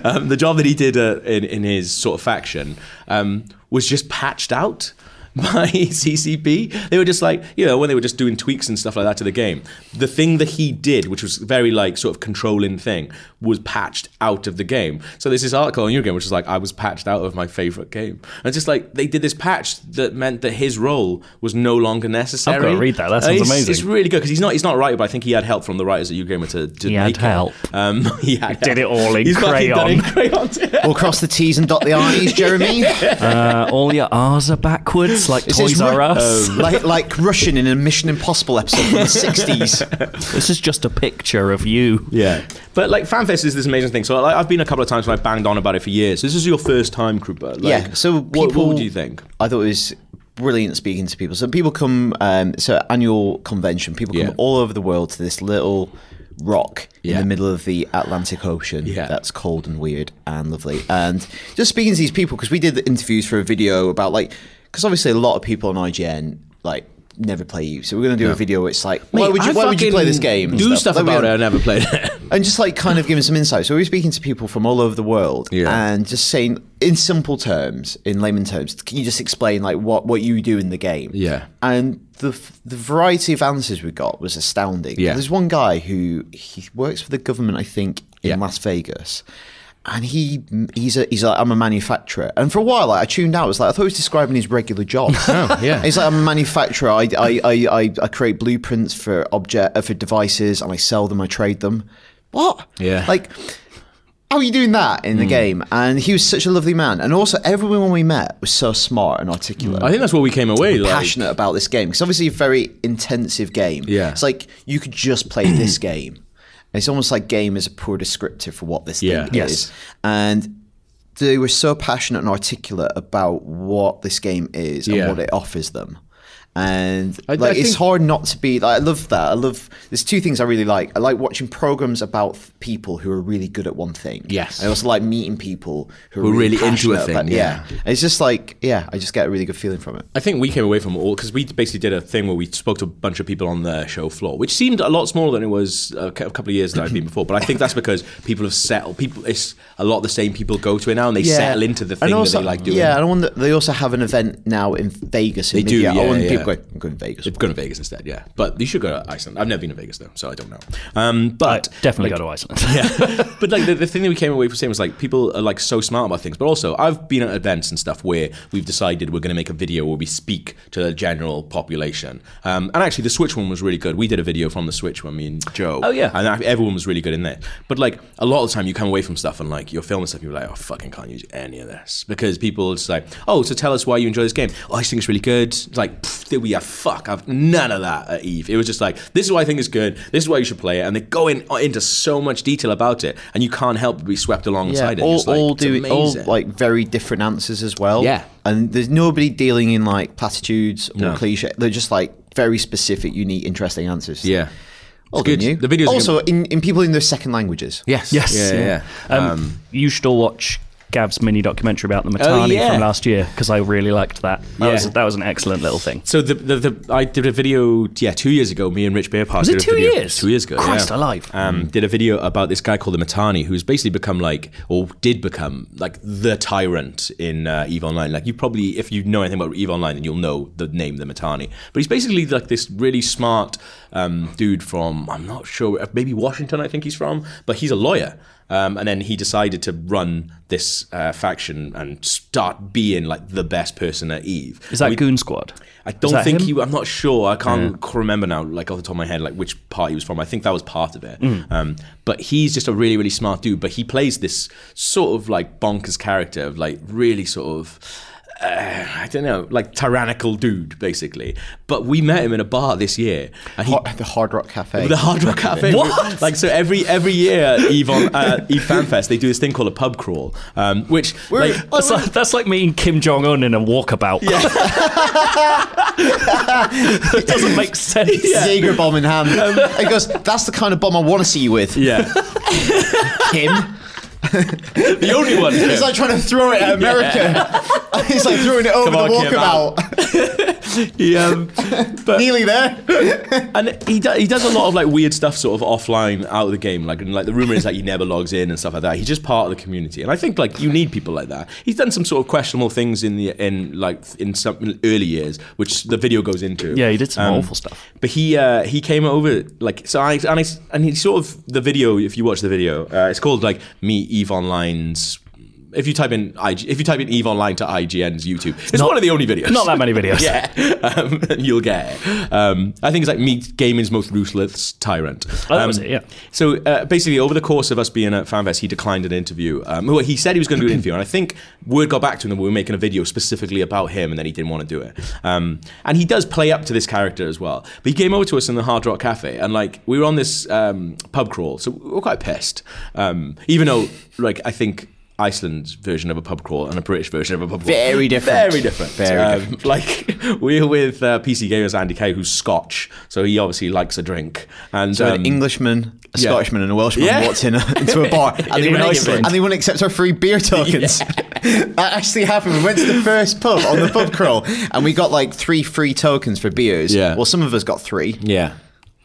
Speaker 1: um, the job that he did uh, in, in his sort of faction um, was just patched out by CCP. They were just like, you know, when they were just doing tweaks and stuff like that to the game, the thing that he did, which was very like sort of controlling thing, was patched out of the game. So there's this article on your game, which is like, I was patched out of my favorite game. And it's just like, they did this patch that meant that his role was no longer necessary.
Speaker 2: read that. That
Speaker 1: And
Speaker 2: sounds
Speaker 1: it's-
Speaker 2: amazing.
Speaker 1: It's really good because he's not, he's not a writer, but I think he had help from the writers at Eurogamer to, to
Speaker 2: He had
Speaker 1: make it.
Speaker 2: help.
Speaker 1: Um, he had
Speaker 2: Did it all in
Speaker 1: He's fucking done it in crayon.
Speaker 3: We'll cross the T's and dot the I's, Jeremy.
Speaker 2: uh, all your r's are backwards like
Speaker 3: This is
Speaker 2: toys
Speaker 3: Ru-
Speaker 2: r
Speaker 1: Oh.
Speaker 2: us
Speaker 3: like like Russian in a Mission Impossible episode from the sixties.
Speaker 2: this is just a picture of you
Speaker 1: yeah, but like FanFest is this amazing thing. So like, I've been a couple of times when I banged on about it for years. This is your first time, Krupa. Like,
Speaker 3: yeah. So
Speaker 1: what,
Speaker 3: people,
Speaker 1: what would you think?
Speaker 3: I thought it was brilliant speaking to people. So people come. Um, so annual convention. People come
Speaker 1: Yeah.
Speaker 3: all over the world to this little rock
Speaker 1: Yeah.
Speaker 3: in the middle of the Atlantic Ocean.
Speaker 1: Yeah.
Speaker 3: That's cold and weird and lovely. And just speaking to these people because we did the interviews for a video about like because obviously a lot of people on IGN like. Never play you, so we're going to do a video. Where it's like, why
Speaker 1: Mate,
Speaker 3: would you,
Speaker 1: I
Speaker 3: why would you play this
Speaker 1: fucking
Speaker 3: game? and
Speaker 1: Do stuff
Speaker 3: Like, we
Speaker 1: about it.
Speaker 3: don't-
Speaker 1: I never played it.
Speaker 3: and just like kind of giving some insight. So we were speaking to people from all over the world,
Speaker 1: Yeah.
Speaker 3: and just saying in simple terms, in layman terms, can you just explain like what what you do in the game?
Speaker 1: Yeah.
Speaker 3: And the the variety of answers we got was astounding.
Speaker 1: Yeah.
Speaker 3: There's one guy who he works for the government, I think, in
Speaker 1: Yeah.
Speaker 3: Las Vegas. and he he's a he's like I'm a manufacturer, and for a while like, I tuned out. It's like I thought he was describing his regular job.
Speaker 1: Oh, yeah.
Speaker 3: he's like I'm a manufacturer. I I, I, I, I create blueprints for object uh, for devices, and I sell them. I trade them. What?
Speaker 1: Yeah. Hmm.
Speaker 3: like. How are you doing that in the game? And he was such a lovely man, and also everyone we met was so smart and articulate
Speaker 1: I think that's what we came away like.
Speaker 3: passionate about this game because obviously a very intensive game.
Speaker 1: Yeah.
Speaker 3: it's like you could just play this game. And It's almost like game is a poor descriptor for what this
Speaker 1: Yeah.
Speaker 3: thing
Speaker 2: Yes.
Speaker 3: is, and they were so passionate and articulate about what this game is
Speaker 1: Yeah.
Speaker 3: and what it offers them. And
Speaker 1: I- I
Speaker 3: like it's
Speaker 1: think-
Speaker 3: hard not to be like I love that. I love there's two things I really like. I like watching programs about th- people who are really good at one thing.
Speaker 1: Yes.
Speaker 3: And I also like meeting people who are
Speaker 1: Who are
Speaker 3: really,
Speaker 1: really into a
Speaker 3: passionate
Speaker 1: thing,
Speaker 3: about-
Speaker 1: yeah.
Speaker 3: yeah. And it's just like yeah, I just get a really good feeling from it.
Speaker 1: I think we came away from all because we basically did a thing where we spoke to a bunch of people on the show floor, which seemed a lot smaller than it was uh, a cou- a couple of years that I've been before. But I think that's because people have settled. People, it's a lot of the same people go to it now, and they settle into the thing
Speaker 3: and
Speaker 1: that
Speaker 3: also,
Speaker 1: they like doing.
Speaker 3: Yeah, and I wonder, they also have an event now in Vegas. In
Speaker 1: They do,
Speaker 3: mid-year.
Speaker 1: yeah,
Speaker 3: I wonder
Speaker 1: yeah.
Speaker 3: people go, I'm going to Vegas.
Speaker 1: They've gone to Vegas instead, yeah. But you should go to Iceland. I've never been to Vegas though, so I don't know. Um, but
Speaker 2: Definitely go to Iceland.
Speaker 1: but like the, the thing that we came away from saying was like people are like so smart about things but also i've been at events and stuff where we've decided we're going to make a video where we speak to the general population um, and actually the switch one was really good we did a video from the switch one me and joe
Speaker 2: Oh, yeah.
Speaker 1: and I- everyone was really good in there but like a lot of the time you come away from stuff and like you're filming stuff you're like oh fucking can't use any of this because people just like oh so tell us why you enjoy this game oh, i just think it's really good it's like pfft, we are fuck i've none of that at eve it was just like this is why i think it's good this is why you should play it and they go in uh, into so much detail about it and you can't help but be swept alongside it
Speaker 3: all,
Speaker 1: It's like,
Speaker 3: all
Speaker 1: it's
Speaker 3: do all
Speaker 1: amazing.
Speaker 3: like very different answers as well.
Speaker 1: Yeah.
Speaker 3: and there's nobody dealing in like platitudes or
Speaker 1: No.
Speaker 3: cliche. They're just like very specific, unique, interesting answers.
Speaker 1: yeah
Speaker 3: well
Speaker 1: It's good.
Speaker 3: done you.
Speaker 1: The videos are
Speaker 3: also in, in people in their second languages.
Speaker 1: yes
Speaker 2: Yes.
Speaker 1: yeah, yeah, yeah.
Speaker 2: Um, you should all watch Gav's mini documentary about the Matani
Speaker 1: Oh, yeah.
Speaker 2: from last year because I really liked that. That,
Speaker 1: Yeah.
Speaker 2: was, that was an excellent little thing.
Speaker 1: So the, the the I did a video yeah two years ago. Me and Rich Bearpaw
Speaker 2: it
Speaker 1: did a
Speaker 2: two
Speaker 1: video
Speaker 2: years?
Speaker 1: two years ago.
Speaker 2: Christ
Speaker 1: yeah.
Speaker 2: alive. Hmm.
Speaker 1: Um, did a video about this guy called the Matani, who's basically become like or did become like the tyrant in uh, Eve Online. Like you probably if you know anything about Eve Online, then you'll know the name the Matani. But he's basically like this really smart um, dude from I'm not sure uh, maybe Washington I think he's from, but he's a lawyer. Um, and then he decided to run this uh, faction and start being like the best person at Eve.
Speaker 2: Is that
Speaker 1: We-
Speaker 2: Goon Squad?
Speaker 1: I
Speaker 2: Is
Speaker 1: don't
Speaker 2: that
Speaker 1: think
Speaker 2: him?
Speaker 1: he. I'm not sure. I can't c- remember now, like off the top of my head, like which part he was from. I think that was part of it.
Speaker 2: Mm.
Speaker 1: Um, but he's just a really, really smart dude. But he plays this sort of like bonkers character of like really sort of. Uh, I don't know, like tyrannical dude, basically. But we met him in a bar this year, and he
Speaker 3: Hard- the Hard Rock Cafe.
Speaker 1: the Hard Rock Cafe.
Speaker 2: What?
Speaker 1: Like so, every every year, at Eve on uh, Eve Fan Fest, they do this thing called a pub crawl, um, which like,
Speaker 2: That's like, that's like meeting Kim Jong Un in a walkabout. it doesn't make sense.
Speaker 3: Jaeger bomb in hand. He goes, "That's the kind of bomb I want to see you with,
Speaker 1: Um, yeah,
Speaker 3: Kim."
Speaker 1: the only one.
Speaker 3: He's like trying to throw it at America. He's like throwing it over
Speaker 1: Come
Speaker 3: the
Speaker 1: on, Kim, out.
Speaker 3: walkabout.
Speaker 1: yeah, but
Speaker 3: Nearly there.
Speaker 1: And he do, he does a lot of like weird stuff, sort of offline, out of the game. Like and, like the rumor is that he never logs in and stuff like that. He's just part of the community, and I think like you need people like that. He's done some sort of questionable things in the in like in some early years, which the video goes into.
Speaker 2: Yeah, he did some
Speaker 1: Um,
Speaker 2: awful stuff.
Speaker 1: But he uh, he came over like so, I, and I, and he sort of the video. If you watch the video, uh, it's called like Meet Eve Online's. If you type in IG, if you type in Eve Online to IGN's YouTube, it's one of the only videos.
Speaker 2: Not that many videos.
Speaker 1: Yeah, um, you'll get it. Um, I think it's like meet gaming's most ruthless tyrant.
Speaker 2: Oh, that
Speaker 1: Um,
Speaker 2: was it, yeah.
Speaker 1: So uh, basically, over the course of us being at FanFest, he declined an interview. Um, well, he said he was going to do an interview, and I think word got back to him that we were making a video specifically about him, and then he didn't want to do it. Um, and he does play up to this character as well. But he came over to us in the Hard Rock Cafe, and like we were on this um, pub crawl, so we were quite pissed. Um, even though, like, I think. Iceland's version of a pub crawl and a British version of a pub crawl.
Speaker 3: Very different.
Speaker 1: Very different.
Speaker 3: Very
Speaker 1: Um, like we're with uh, PC gamers Andy Kay, who's Scotch, so he obviously likes a drink. And
Speaker 3: So an
Speaker 1: um,
Speaker 3: Englishman, a
Speaker 1: yeah.
Speaker 3: Scotsman, and a Welshman
Speaker 1: Yeah.
Speaker 3: walked in a, into a bar, and they,
Speaker 1: In
Speaker 3: wouldn't
Speaker 1: Iceland.
Speaker 3: accept, and they wouldn't accept our free beer tokens. that actually happened. We went to the first pub on the pub crawl, and we got like three free tokens for beers.
Speaker 1: Yeah.
Speaker 3: Well, some of us got three.
Speaker 1: yeah,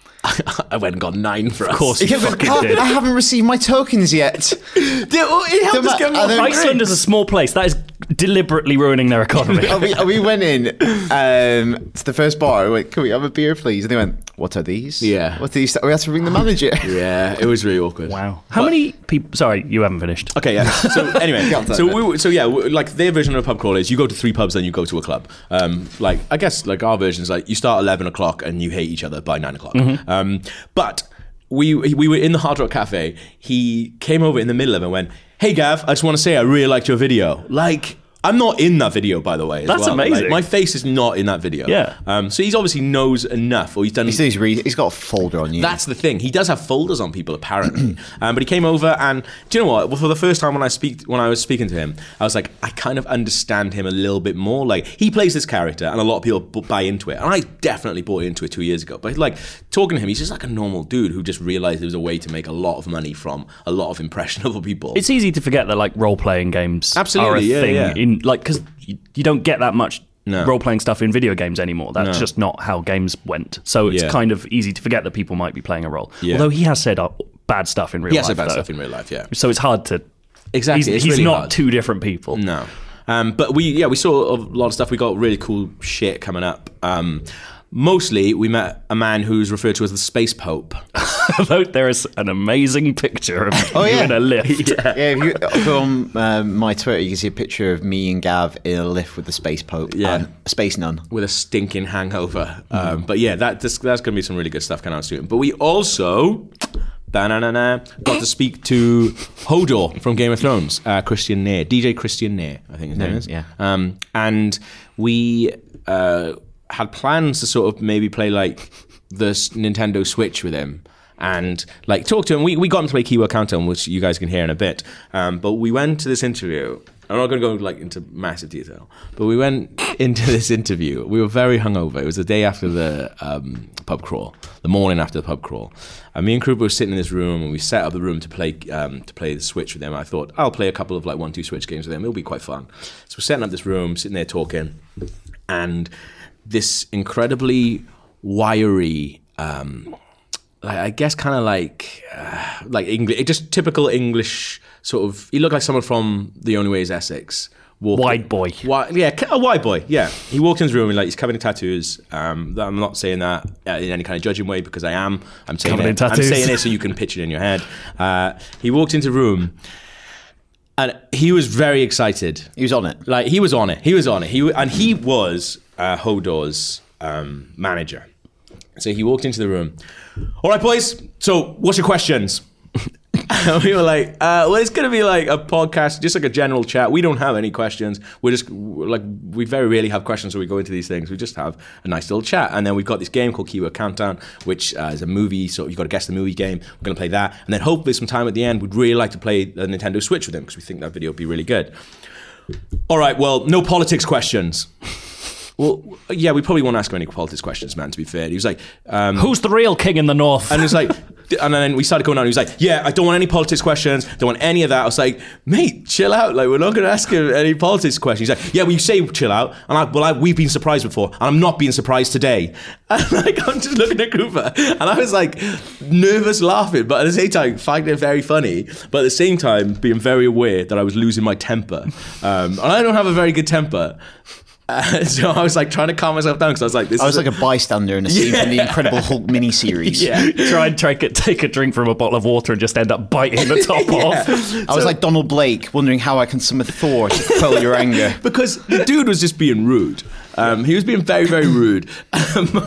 Speaker 1: I went and got nine for us. Of
Speaker 2: course.
Speaker 1: it,
Speaker 3: Because,
Speaker 2: fucking
Speaker 3: "Oh,
Speaker 2: did."
Speaker 3: I haven't received my tokens yet.
Speaker 1: it helped
Speaker 3: Don't
Speaker 1: oh, us
Speaker 3: ma-
Speaker 1: get
Speaker 3: I
Speaker 1: more
Speaker 3: don't-
Speaker 1: drinks.
Speaker 2: Iceland is a small place. That is deliberately ruining their economy.
Speaker 3: And we, and we went in um, to the first bar. I went, "Can we have a beer, please?" And they went, "What are these?
Speaker 1: Yeah.
Speaker 3: what are these?" We had to ring the manager.
Speaker 1: Yeah, it was really awkward.
Speaker 2: wow. How many people? Sorry, you haven't finished.
Speaker 1: Okay, yeah. So anyway,
Speaker 3: Can't say
Speaker 1: so
Speaker 3: that.
Speaker 1: we, were- so yeah, we- like their version of a pub crawl is you go to three pubs, then you go to a club. Um, like I guess like our version is like you start eleven o'clock and you hate each other by nine o'clock.
Speaker 2: Mm-hmm.
Speaker 1: Um, but we we were in the Hard Rock Cafe. He came over in the middle of it and went, "Hey Gav, I just want to say I really liked your video." Like. I'm not in that video, by the way. as
Speaker 2: That's
Speaker 1: well. Like,
Speaker 2: amazing.
Speaker 1: my face is not in that video.
Speaker 2: Yeah.
Speaker 1: Um, so he's obviously knows enough, or he's done.
Speaker 3: He said he's, re- he's got a folder on you.
Speaker 1: That's the thing. He does have folders on people, apparently. um, but he came over, and do you know what? Well, for the first time when I speak, when I was speaking to him, I was like, I kind of understand him a little bit more. Like he plays this character, and a lot of people b- buy into it, and I definitely bought into it two years ago. But like talking to him, he's just like a normal dude who just realized there was a way to make a lot of money from a lot of impressionable people.
Speaker 2: It's easy to forget that like role playing games are a
Speaker 1: Absolutely, yeah,
Speaker 2: thing
Speaker 1: yeah.
Speaker 2: in like because you, you don't get that much
Speaker 1: No.
Speaker 2: role playing stuff in video games anymore. That's
Speaker 1: No.
Speaker 2: just not how games went. So it's
Speaker 1: Yeah.
Speaker 2: kind of easy to forget that people might be playing a role.
Speaker 1: Yeah.
Speaker 2: Although he has said uh, bad stuff in real
Speaker 1: he has said
Speaker 2: life.
Speaker 1: bad
Speaker 2: though.
Speaker 1: stuff in real life, yeah.
Speaker 2: so it's hard to
Speaker 1: Exactly,
Speaker 2: He's,
Speaker 1: it's
Speaker 2: he's
Speaker 1: really
Speaker 2: not
Speaker 1: hard.
Speaker 2: two different people.
Speaker 1: No. Um, but we, yeah, we saw a lot of stuff. We got really cool shit coming up. Um, mostly, we met a man who's referred to as the Space Pope.
Speaker 2: Although there is an amazing picture of
Speaker 1: Oh,
Speaker 2: you
Speaker 3: yeah.
Speaker 2: in a lift.
Speaker 3: yeah, if you go on um, my Twitter, you can see a picture of me and Gav in a lift with the space pope.
Speaker 1: Yeah.
Speaker 3: and a space nun.
Speaker 1: with a stinking hangover. Um, but yeah, that that's, that's going to be some really good stuff coming out soon. But we also da-na-na-na, got to speak to Hodor from Game of Thrones, uh, Christian Nair, DJ Christian Nair, I think his name is.
Speaker 3: yeah.
Speaker 1: Um, and we uh, had plans to sort of maybe play like the s- Nintendo Switch with him. And like talk to him. We, we got him to play Keyword Countdown, which you guys can hear in a bit. Um, but we went to this interview. I'm not going to go like into massive detail, but we went into this interview. We were very hungover. It was the day after the um, pub crawl, the morning after the pub crawl. And me and Krupa were sitting in this room, and we set up the room to play um, to play the Switch with them. I thought I'll play a couple of like one two Switch games with them. It'll be quite fun. So we're setting up this room, sitting there talking, and this incredibly wiry um, like, I guess kind of like uh, like English, just typical English sort of. He looked like someone from The Only Way Is Essex. Walked,
Speaker 2: Wide boy.
Speaker 1: Wi- yeah, ca- a wide boy. Yeah, he walked in his room and like he's covered in tattoos. Um, I'm not saying that uh, in any kind of judging way because I am. I'm saying
Speaker 2: Covered
Speaker 1: it.
Speaker 2: in tattoos.
Speaker 1: I'm saying it so you can picture it in your head. Uh, he walked into the room and he was very excited.
Speaker 3: He was on it.
Speaker 1: Like he was on it. He was on it. He and he was uh, Hodor's um, manager. So he walked into the room. All right, boys. So what's your questions? and we were like, uh, well, it's going to be like a podcast, just like a general chat. We don't have any questions. We're just we're like, we very rarely have questions when we go into these things. We just have a nice little chat. And then we've got this game called Keyword Countdown, which uh, is a movie. So you've got to guess the movie game. We're going to play that. And then hopefully, sometime at the end, we'd really like to play the Nintendo Switch with him because we think that video would be really good. All right, well, no politics questions. Well, yeah, we probably won't ask him any politics questions, man, to be fair. He was like, um,
Speaker 2: Who's the real king in the north?
Speaker 1: and it was like, and then we started going on. He was like, "Yeah, I don't want any politics questions. Don't want any of that." I was like, "Mate, chill out. Like, we're not going to ask him any politics questions." He's like, "Yeah, well, you say chill out." And I, well, I, we've been surprised before, and I'm not being surprised today. And like, I'm just looking at Cooper, and I was like, nervous laughing, but at the same time, finding it very funny. But at the same time, being very aware that I was losing my temper, um, and I don't have a very good temper. Uh, so I was like trying to calm myself down because I was like, "This
Speaker 3: I
Speaker 1: is
Speaker 3: was like a bystander in a scene from the Incredible Hulk miniseries.
Speaker 1: yeah."
Speaker 2: try and take a, take a drink from a bottle of water and just end up biting the top off.
Speaker 3: I was like Donald Blake, wondering how I can summon Thor to quell your anger.
Speaker 1: because the dude was just being rude. Um, he was being very, very rude. Um,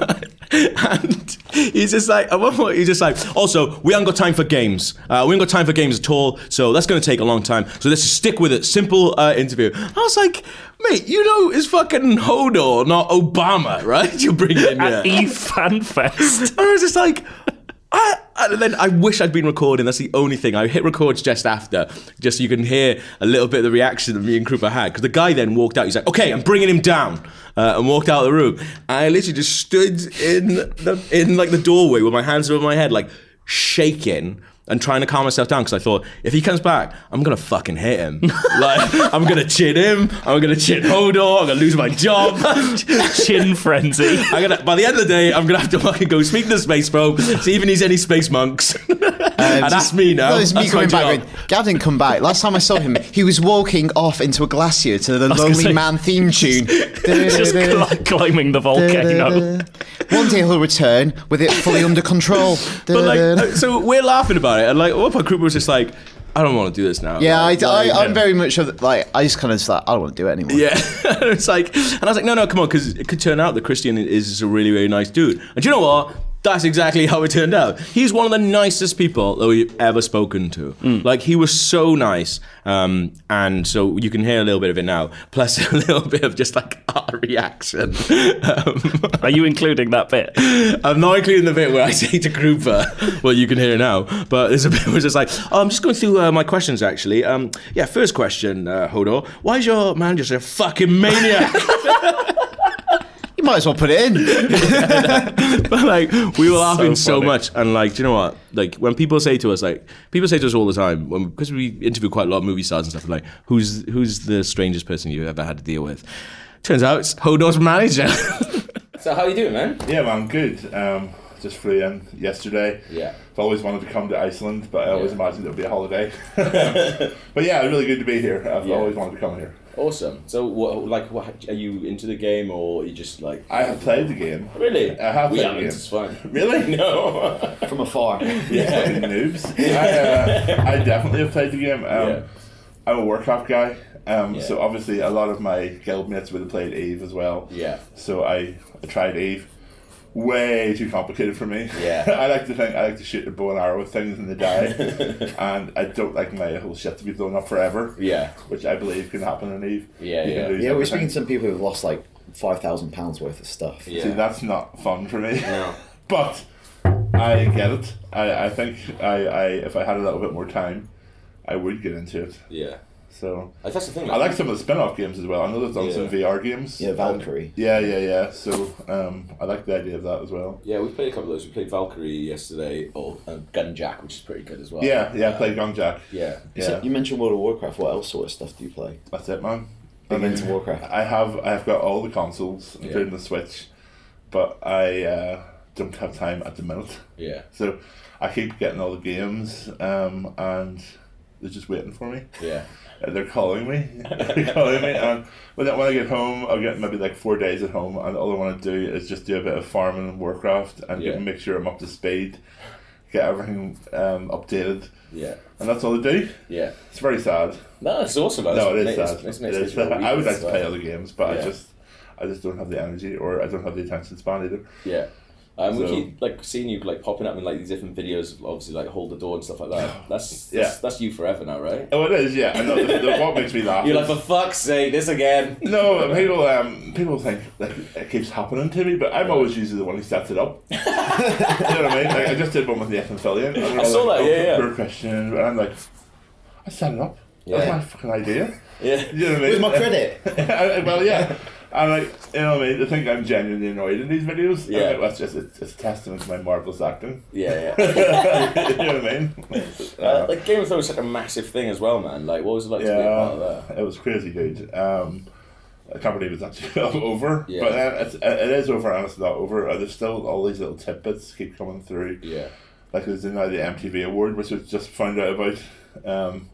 Speaker 1: and he's just like, at one point, he's just like, also, we haven't got time for games. Uh, we haven't got time for games at all. So that's going to take a long time. So let's just stick with it. Simple uh, interview. I was like, mate, you know, it's fucking Hodor, not Obama, right? You're bringing in here.
Speaker 2: At E FanFest.
Speaker 1: And I was just like, I, and then I wish I'd been recording. That's the only thing. I hit record just after, just so you can hear a little bit of the reaction that me and Krupa had. Because the guy then walked out. He's like, okay, I'm bringing him down. Uh, and walked out of the room. I literally just stood in the in like the doorway with my hands over my head, like shaking and trying to calm myself down because I thought if he comes back, I'm gonna fucking hit him. like I'm gonna chin him. I'm gonna chin Hodor. I'm gonna lose my job.
Speaker 2: Chin frenzy.
Speaker 1: I'm gonna, by the end of the day, I'm gonna have to fucking go speak to the space probe, see if he needs any space monks. and that's me now.
Speaker 3: Um, No, it's me
Speaker 1: That's my
Speaker 3: coming back.
Speaker 1: job.
Speaker 3: Going, Gav didn't come back. Last time I saw him, he was walking off into a glacier to the
Speaker 2: was gonna
Speaker 3: Lonely
Speaker 2: say-
Speaker 3: Man theme tune.
Speaker 2: just cli- climbing the volcano.
Speaker 3: One day he'll return with it fully under control.
Speaker 1: But like, so we're laughing about it, and like, at one point, Krupa was just like, "I don't want to do this now."
Speaker 3: yeah, I,
Speaker 1: Like,
Speaker 3: I, I'm very much of the, like I just kind of just like I don't want to do it anymore.
Speaker 1: yeah. it's like, and I was like, "No, no, come on," because it could turn out that Christian is a really, really nice dude. And do you know what? That's exactly how it turned out. He's one of the nicest people that we've ever spoken to. Like, he was so nice, um, and so you can hear a little bit of it now, plus a little bit of just like our reaction. Um,
Speaker 2: Are you including that bit?
Speaker 1: I'm not including the bit where I say to Krupa, well, you can hear it now, but there's a bit where it's just like, oh, I'm just going through uh, my questions, actually. Um, yeah, first question, uh, Hodor. Why is your man just a fucking maniac?
Speaker 3: You might as well put it in.
Speaker 1: but, like, we were laughing so
Speaker 2: funny.
Speaker 1: much. And, like, do you know what? Like, when people say to us, like, people say to us all the time, because we interview quite a lot of movie stars and stuff, like, who's, who's the strangest person you've ever had to deal with? Turns out it's Hodor's manager. so, how you doing, man?
Speaker 5: Yeah, man, good. Um, just flew in yesterday.
Speaker 1: Yeah.
Speaker 5: I've always wanted to come to Iceland, but I always
Speaker 1: Yeah.
Speaker 5: imagined it would be a holiday. but yeah, really good to be here. I've
Speaker 1: Yeah.
Speaker 5: always wanted to come here.
Speaker 1: Awesome. So, what, like, what, are you into the game or are you just like.
Speaker 5: I have played the game.
Speaker 1: Really?
Speaker 5: I have
Speaker 1: we
Speaker 5: played
Speaker 1: haven't.
Speaker 5: the
Speaker 1: It's
Speaker 5: game.
Speaker 1: fine.
Speaker 5: Really?
Speaker 1: No.
Speaker 3: From afar.
Speaker 5: Yeah. Fucking noobs. I, uh, I definitely have played the game. Um,
Speaker 1: Yeah.
Speaker 5: I'm a Warcraft guy, um,
Speaker 1: Yeah.
Speaker 5: so obviously a lot of my guildmates would have played Eve as well.
Speaker 1: Yeah.
Speaker 5: So I, I tried Eve. Way too complicated for me.
Speaker 1: Yeah.
Speaker 5: I like to think I like to shoot a bow and arrow with things and they die, and I don't like my whole shit to be blown up forever.
Speaker 1: Yeah.
Speaker 5: Which I believe can happen in Eve.
Speaker 1: Yeah,
Speaker 5: You can
Speaker 1: yeah.
Speaker 5: lose
Speaker 6: Yeah, we're
Speaker 5: everything.
Speaker 6: speaking to some people who've lost like five thousand pounds worth of stuff.
Speaker 1: Yeah.
Speaker 5: See, that's not fun for me.
Speaker 1: No.
Speaker 5: but I get it. I, I think I, I if I had a little bit more time, I would get into it.
Speaker 1: Yeah.
Speaker 5: So
Speaker 1: Like, that's the thing.
Speaker 5: I like some of the spin off games as well. I know they've done some
Speaker 1: Yeah.
Speaker 5: VR games.
Speaker 6: Yeah, Valkyrie.
Speaker 5: Yeah, yeah, yeah. So um, I like the idea of that as well.
Speaker 1: Yeah, we played a couple of those. We played Valkyrie yesterday, or uh, Gunjack, which is pretty good as well.
Speaker 5: Yeah, yeah. I played Gong Jack.
Speaker 1: Yeah.
Speaker 5: Yeah,
Speaker 6: You mentioned World of Warcraft. What else sort of stuff do you play?
Speaker 5: that's it, man.
Speaker 6: Big into Warcraft.
Speaker 5: I have I have got all the consoles, including the Switch, but I uh, don't have time at the minute.
Speaker 1: Yeah.
Speaker 5: So I keep getting all the games, um, and they're just waiting for me.
Speaker 1: Yeah.
Speaker 5: Uh, They're calling me. They're calling me. And when I, when I get home, I'll get maybe like four days at home, and all I want to do is just do a bit of farming and Warcraft, and
Speaker 1: Yeah.
Speaker 5: get, make sure I'm up to speed, get everything um, updated,
Speaker 1: Yeah.
Speaker 5: and that's all I do.
Speaker 1: Yeah.
Speaker 5: It's very sad.
Speaker 1: No, it's awesome. man.
Speaker 5: No, it is
Speaker 1: It's-
Speaker 5: sad.
Speaker 1: it's-
Speaker 5: It
Speaker 1: it's-
Speaker 5: is
Speaker 1: it's really
Speaker 5: sad. I
Speaker 1: weird
Speaker 5: would like to
Speaker 1: as
Speaker 5: play
Speaker 1: well.
Speaker 5: other games, but
Speaker 1: Yeah.
Speaker 5: I just I just don't have the energy, or I don't have the attention span either.
Speaker 1: Yeah. Um, we
Speaker 5: So-
Speaker 1: keep like seeing you like popping up in like these different videos, of obviously like hold the door and stuff like that. That's that's,
Speaker 5: Yeah.
Speaker 1: that's you forever now, right?
Speaker 5: Oh, it is. Yeah, I know. the, the, what makes me laugh?
Speaker 1: You're like
Speaker 5: is-
Speaker 1: for fuck's sake, this again.
Speaker 5: No, people um, people think like it keeps happening to me, but I'm always usually the one who sets it up. you know what I mean? Like, I just did one with the Ethan and they're
Speaker 1: I saw
Speaker 5: all like, "Oh,
Speaker 1: that, yeah, yeah.
Speaker 5: Poor question, and I'm like, I set it up. That's
Speaker 1: Yeah.
Speaker 5: my fucking idea.
Speaker 1: Yeah.
Speaker 5: You know what I mean?
Speaker 3: With my credit.
Speaker 5: I- well, yeah. I'm like, you know what I mean? They think I'm genuinely annoyed in these videos.
Speaker 1: Yeah.
Speaker 5: Yeah. Like, that's just it's, it's a testament to my marvelous acting.
Speaker 1: Yeah. Yeah.
Speaker 5: you know what I mean?
Speaker 1: Uh, like Game of Thrones is such a massive thing as well, man. Like, what was it like to be a part of that?
Speaker 5: Yeah, um, it was crazy, dude. Um, I can't believe it's actually over.
Speaker 1: Yeah.
Speaker 5: But uh, it's, it is over and it's not over. Uh, There's still all these little tidbits keep coming through.
Speaker 1: Yeah.
Speaker 5: Like there's now the MTV award, which I just found out about. Um,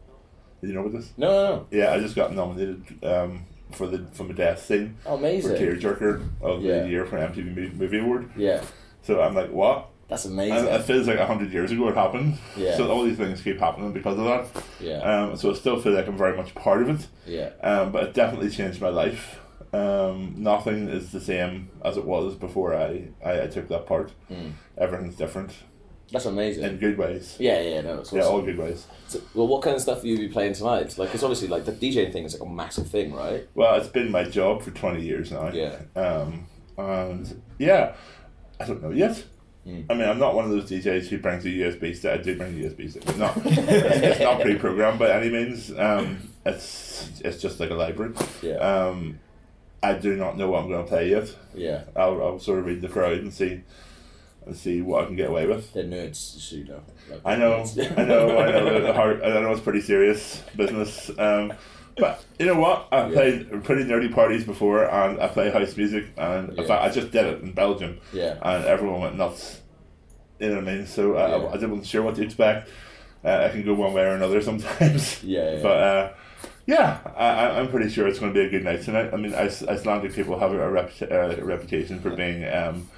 Speaker 5: did you know about this?
Speaker 1: No, no,
Speaker 5: Yeah, I just got nominated um, for the from a death scene
Speaker 1: no.
Speaker 5: for
Speaker 1: Oh, Amazing.
Speaker 5: Tearjerker of
Speaker 1: Yeah.
Speaker 5: the year for MTV Mo- Movie Award.
Speaker 1: Yeah,
Speaker 5: So I'm like, what?
Speaker 1: that's
Speaker 5: And
Speaker 1: amazing.
Speaker 5: it feels like hundred years ago it happened.
Speaker 1: Yeah.
Speaker 5: So all these things keep happening because of that.
Speaker 1: yeah,
Speaker 5: Um, so I still feel like I'm very much part of it.
Speaker 1: yeah,
Speaker 5: Um, but it definitely changed my life. Um, nothing is the same as it was before I, I, I took that part. Everything's different
Speaker 1: that's amazing.
Speaker 5: in good ways.
Speaker 1: Hmm. yeah, yeah, no, that's awesome.
Speaker 5: Yeah, all good ways.
Speaker 1: So- well, what kind of stuff will you be playing tonight? Like, it's obviously like the DJing thing is like a massive thing, right?
Speaker 5: Well, it's been my job for 20 years now.
Speaker 1: Yeah.
Speaker 5: Um, and yeah, I don't know yet.
Speaker 1: Hmm.
Speaker 5: I mean, I'm not one of those DJs who brings a USB stick. I do bring a USB stick. but Not, it's not pre-programmed by any means. Um, it's it's just like a library.
Speaker 1: Yeah.
Speaker 5: Um, I do not know what I'm going to play yet.
Speaker 1: Yeah,
Speaker 5: I'll, I'll sort of read the crowd and see and see what I can get away with.
Speaker 1: they're nerds, so you know. Like,
Speaker 5: I know,
Speaker 1: nerds.
Speaker 5: I know, I know. The hard, I know it's pretty serious business. Um, but you know what? I've
Speaker 1: Yeah.
Speaker 5: played pretty nerdy parties before, and I play house music, and in
Speaker 1: Yeah.
Speaker 5: fact, I just did it in Belgium,
Speaker 1: Yeah.
Speaker 5: and everyone went nuts. You know what I mean? So I, I, I wasn't sure what to expect. Uh, I can go one way or another sometimes.
Speaker 6: Yeah, yeah.
Speaker 5: But uh, yeah, I, I- I'm pretty sure it's going to be a good night tonight. I mean, Ice, Icelandic people have a, reputa- uh, reputation for being um,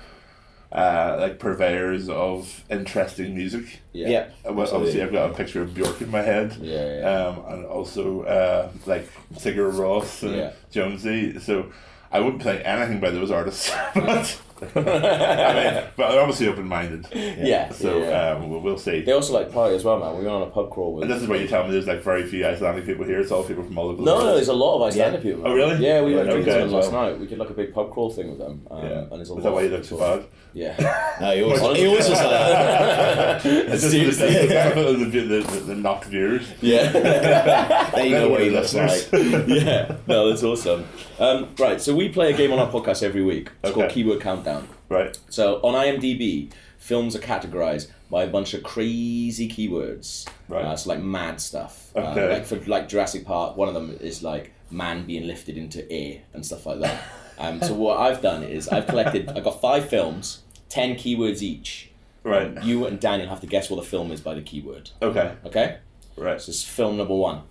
Speaker 5: uh, like purveyors of interesting music.
Speaker 6: Yeah.
Speaker 3: Yeah.
Speaker 1: Oh,
Speaker 5: Uh, Well, obviously, I've got a picture of Bjork in my head.
Speaker 6: Yeah, yeah.
Speaker 5: Um, and also uh, like Sigur Ross and
Speaker 6: Yeah.
Speaker 5: Jonesy. So I wouldn't play anything by those artists. but, I mean, but they're obviously open-minded.
Speaker 6: Yeah,
Speaker 5: So
Speaker 6: yeah, yeah.
Speaker 5: Um, we'll, we'll see.
Speaker 6: They also like party as well, man. We went on a pub crawl with.
Speaker 5: And this is where you tell me there's like very few Icelandic people here. It's all people from all over the
Speaker 6: No,
Speaker 5: world.
Speaker 6: no, there's a lot of Icelandic
Speaker 5: Yeah.
Speaker 6: people.
Speaker 5: Oh, really?
Speaker 6: Yeah, we went
Speaker 5: Yeah,
Speaker 6: drinking
Speaker 5: okay,
Speaker 6: with them last
Speaker 5: well.
Speaker 6: night. We did like a big pub crawl thing with them. Um,
Speaker 5: Yeah.
Speaker 6: And there's
Speaker 5: Is
Speaker 6: a lot
Speaker 5: that why
Speaker 6: of
Speaker 5: you look so
Speaker 6: people.
Speaker 5: bad?
Speaker 6: Yeah.
Speaker 3: No, he always,
Speaker 6: Honestly.
Speaker 3: he always was like
Speaker 5: It's just
Speaker 6: Seriously.
Speaker 5: the, the, the, the, the, the not viewers.
Speaker 6: Yeah.
Speaker 3: that. They know what he looks like.
Speaker 6: yeah. No, that's awesome. Um, right, so we play a game on our podcast every week. It's called
Speaker 5: Okay.
Speaker 6: Keyword Countdown.
Speaker 5: Right.
Speaker 6: So on IMDb, films are categorized by a bunch of crazy keywords.
Speaker 5: Right.
Speaker 6: Uh, so like mad stuff. Uh,
Speaker 5: Okay.
Speaker 6: like for like Jurassic Park, one of them is like man being lifted into air and stuff like that. Um, so what I've done is I've collected. I've got five films, ten keywords each.
Speaker 5: Right.
Speaker 6: You and Daniel have to guess what the film is by the keyword.
Speaker 5: Okay.
Speaker 6: Okay.
Speaker 5: Right.
Speaker 6: So it's film number one.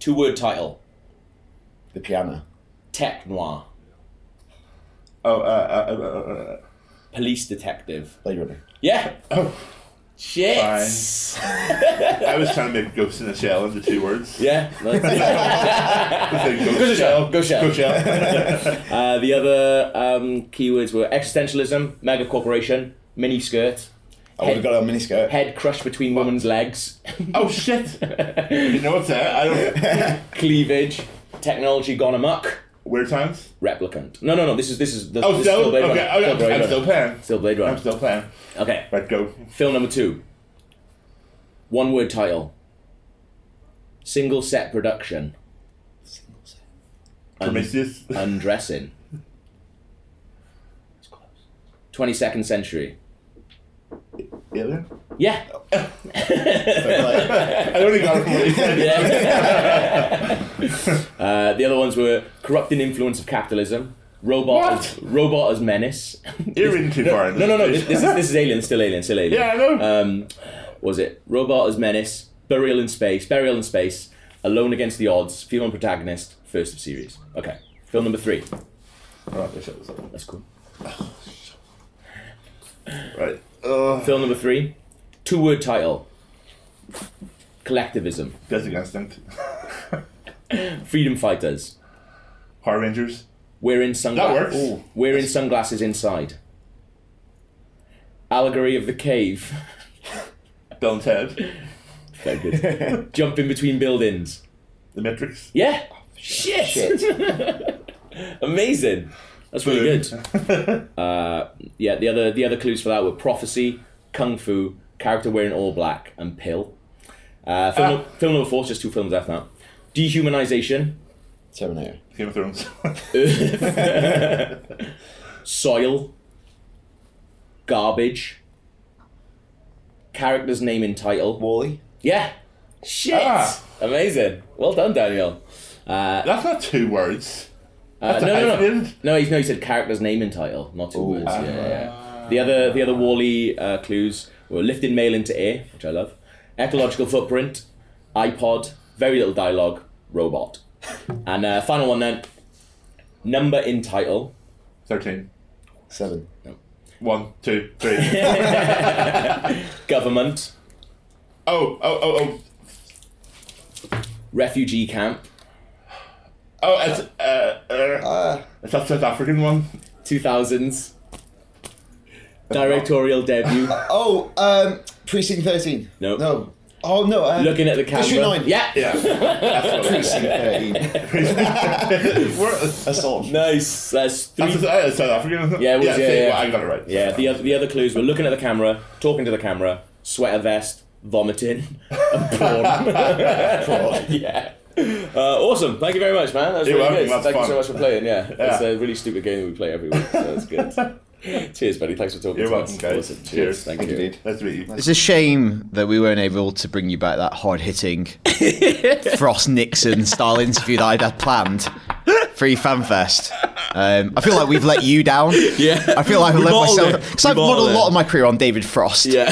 Speaker 6: Two word title:
Speaker 3: The piano.
Speaker 6: tech noir,
Speaker 5: Oh, uh, uh, uh, uh, uh,
Speaker 6: police detective.
Speaker 3: Blade Runner.
Speaker 6: Yeah.
Speaker 5: Oh.
Speaker 6: Shit.
Speaker 5: I was trying to make ghost in a shell into two words.
Speaker 6: Yeah.
Speaker 5: Ghost
Speaker 6: Go to shell, go shell.
Speaker 5: Go shell.
Speaker 6: Uh, the other um, keywords were existentialism, mega corporation, mini skirt,
Speaker 3: I would have got a miniskirt.
Speaker 6: head crushed between women's legs,
Speaker 5: oh shit! You know what's that? I don't.
Speaker 6: cleavage, technology gone amok,
Speaker 5: Weird times.
Speaker 6: replicant. No, no, no. This is this is the
Speaker 5: Oh,
Speaker 6: this is
Speaker 5: still.
Speaker 6: Blade
Speaker 5: Okay,
Speaker 6: Runner.
Speaker 5: okay,
Speaker 6: Blade
Speaker 5: I'm
Speaker 6: Runner.
Speaker 5: still playing.
Speaker 6: Still Blade Runner.
Speaker 5: I'm still playing.
Speaker 6: okay.
Speaker 5: Right, go.
Speaker 6: Film number two. One word title. Single set production. Un-
Speaker 5: Prometheus.
Speaker 6: undressing. Twenty second century.
Speaker 5: Alien.
Speaker 6: Yeah.
Speaker 5: I only got it from what you said.
Speaker 6: Uh, the other ones were corrupting influence of capitalism, robot, as, robot as menace.
Speaker 5: You're in too far.
Speaker 6: no, no, no. This, this is this is alien. Still alien. Still alien.
Speaker 5: Yeah, I know.
Speaker 6: Um, was it robot as menace? Burial in space. Burial in space. Alone against the odds. Female protagonist. First of series. Okay. Film number three.
Speaker 5: Right, let's shut this up.
Speaker 6: That's cool.
Speaker 5: Right. Ugh.
Speaker 6: Film number three. Two word title. Collectivism.
Speaker 5: Basic instinct.
Speaker 6: Freedom fighters.
Speaker 5: Power Rangers.
Speaker 6: Wearing
Speaker 5: That
Speaker 6: sunglasses.
Speaker 5: works.
Speaker 6: Wearing sunglasses inside. Allegory of the cave.
Speaker 5: Bill and Ted.
Speaker 6: Very good. Jumping between buildings.
Speaker 5: The Matrix.
Speaker 6: Yeah. Shit. Amazing. That's really
Speaker 5: Boom.
Speaker 6: good. Uh, yeah. The other the other clues for that were prophecy, kung fu, character wearing all black, and pill. Uh, film, nu- film number four. Just two films left now. Dehumanization,
Speaker 3: Terminator.
Speaker 5: Game of Thrones.
Speaker 6: Uh, soil, garbage, character's name and title.
Speaker 3: Wally.
Speaker 6: Yeah. Shit.
Speaker 5: Ah.
Speaker 6: Amazing. Well done, Daniel. Uh,
Speaker 5: That's not two words.
Speaker 6: Uh,
Speaker 5: a
Speaker 6: no, no, no,
Speaker 5: hyphen.
Speaker 6: no. He, no, he said character's name and title, not two words. Yeah, yeah, yeah. The other, the other Wally uh, clues were lifting mail into air, which I love. Ecological footprint, iPod, very little dialogue, robot, and uh, final one then. Number in title,
Speaker 5: Thirteen.
Speaker 3: Seven.
Speaker 5: One, two, three.
Speaker 6: government,
Speaker 5: oh, oh, oh, oh.
Speaker 6: refugee camp,
Speaker 5: Oh, it's, uh, uh, it's that South African one.
Speaker 6: two thousands. Directorial debut.
Speaker 3: Oh, um, Precinct 13.
Speaker 6: No. uh,
Speaker 3: No. Oh, no. Um,
Speaker 6: Looking at the camera.
Speaker 3: Issue 9.
Speaker 6: Yeah.
Speaker 5: Yeah. That's what
Speaker 3: Precinct 13.
Speaker 5: it was.
Speaker 3: Assault.
Speaker 6: Nice. That's three.
Speaker 5: uh, That's uh, South African, isn't it?
Speaker 6: Yeah, it was, yeah,
Speaker 5: see,
Speaker 6: yeah.
Speaker 5: well, I got it right.
Speaker 6: Yeah, the other, the other clues were looking at the camera, talking to the camera, sweater vest, vomiting, and porn. yeah. Uh, awesome. Thank you very much, man. That was
Speaker 5: You're welcome.
Speaker 6: really good.
Speaker 5: That's
Speaker 6: Thank you
Speaker 5: fun.
Speaker 6: so much for playing. Yeah. It's
Speaker 5: Yeah.
Speaker 6: a really stupid game that we play every week, so that's good. Cheers, buddy. Thanks for talking
Speaker 5: You're
Speaker 6: to
Speaker 5: welcome,
Speaker 6: us.
Speaker 5: guys.
Speaker 6: Awesome. Cheers.
Speaker 5: Cheers.
Speaker 6: Thank,
Speaker 3: Thank you,
Speaker 6: you.
Speaker 3: dude.
Speaker 5: Nice to meet you.
Speaker 3: It's a shame that we weren't able to bring you back that hard hitting Frost Nixon style interview that I'd had planned. Free FanFest. Um, I feel like we've let you down.
Speaker 1: Yeah.
Speaker 3: I feel like I've
Speaker 1: We
Speaker 3: let
Speaker 1: bottled
Speaker 3: myself
Speaker 1: it.
Speaker 3: because
Speaker 1: We
Speaker 3: I've modeled
Speaker 1: bottled
Speaker 3: a
Speaker 1: it.
Speaker 3: lot of my career on David Frost.
Speaker 1: Yeah.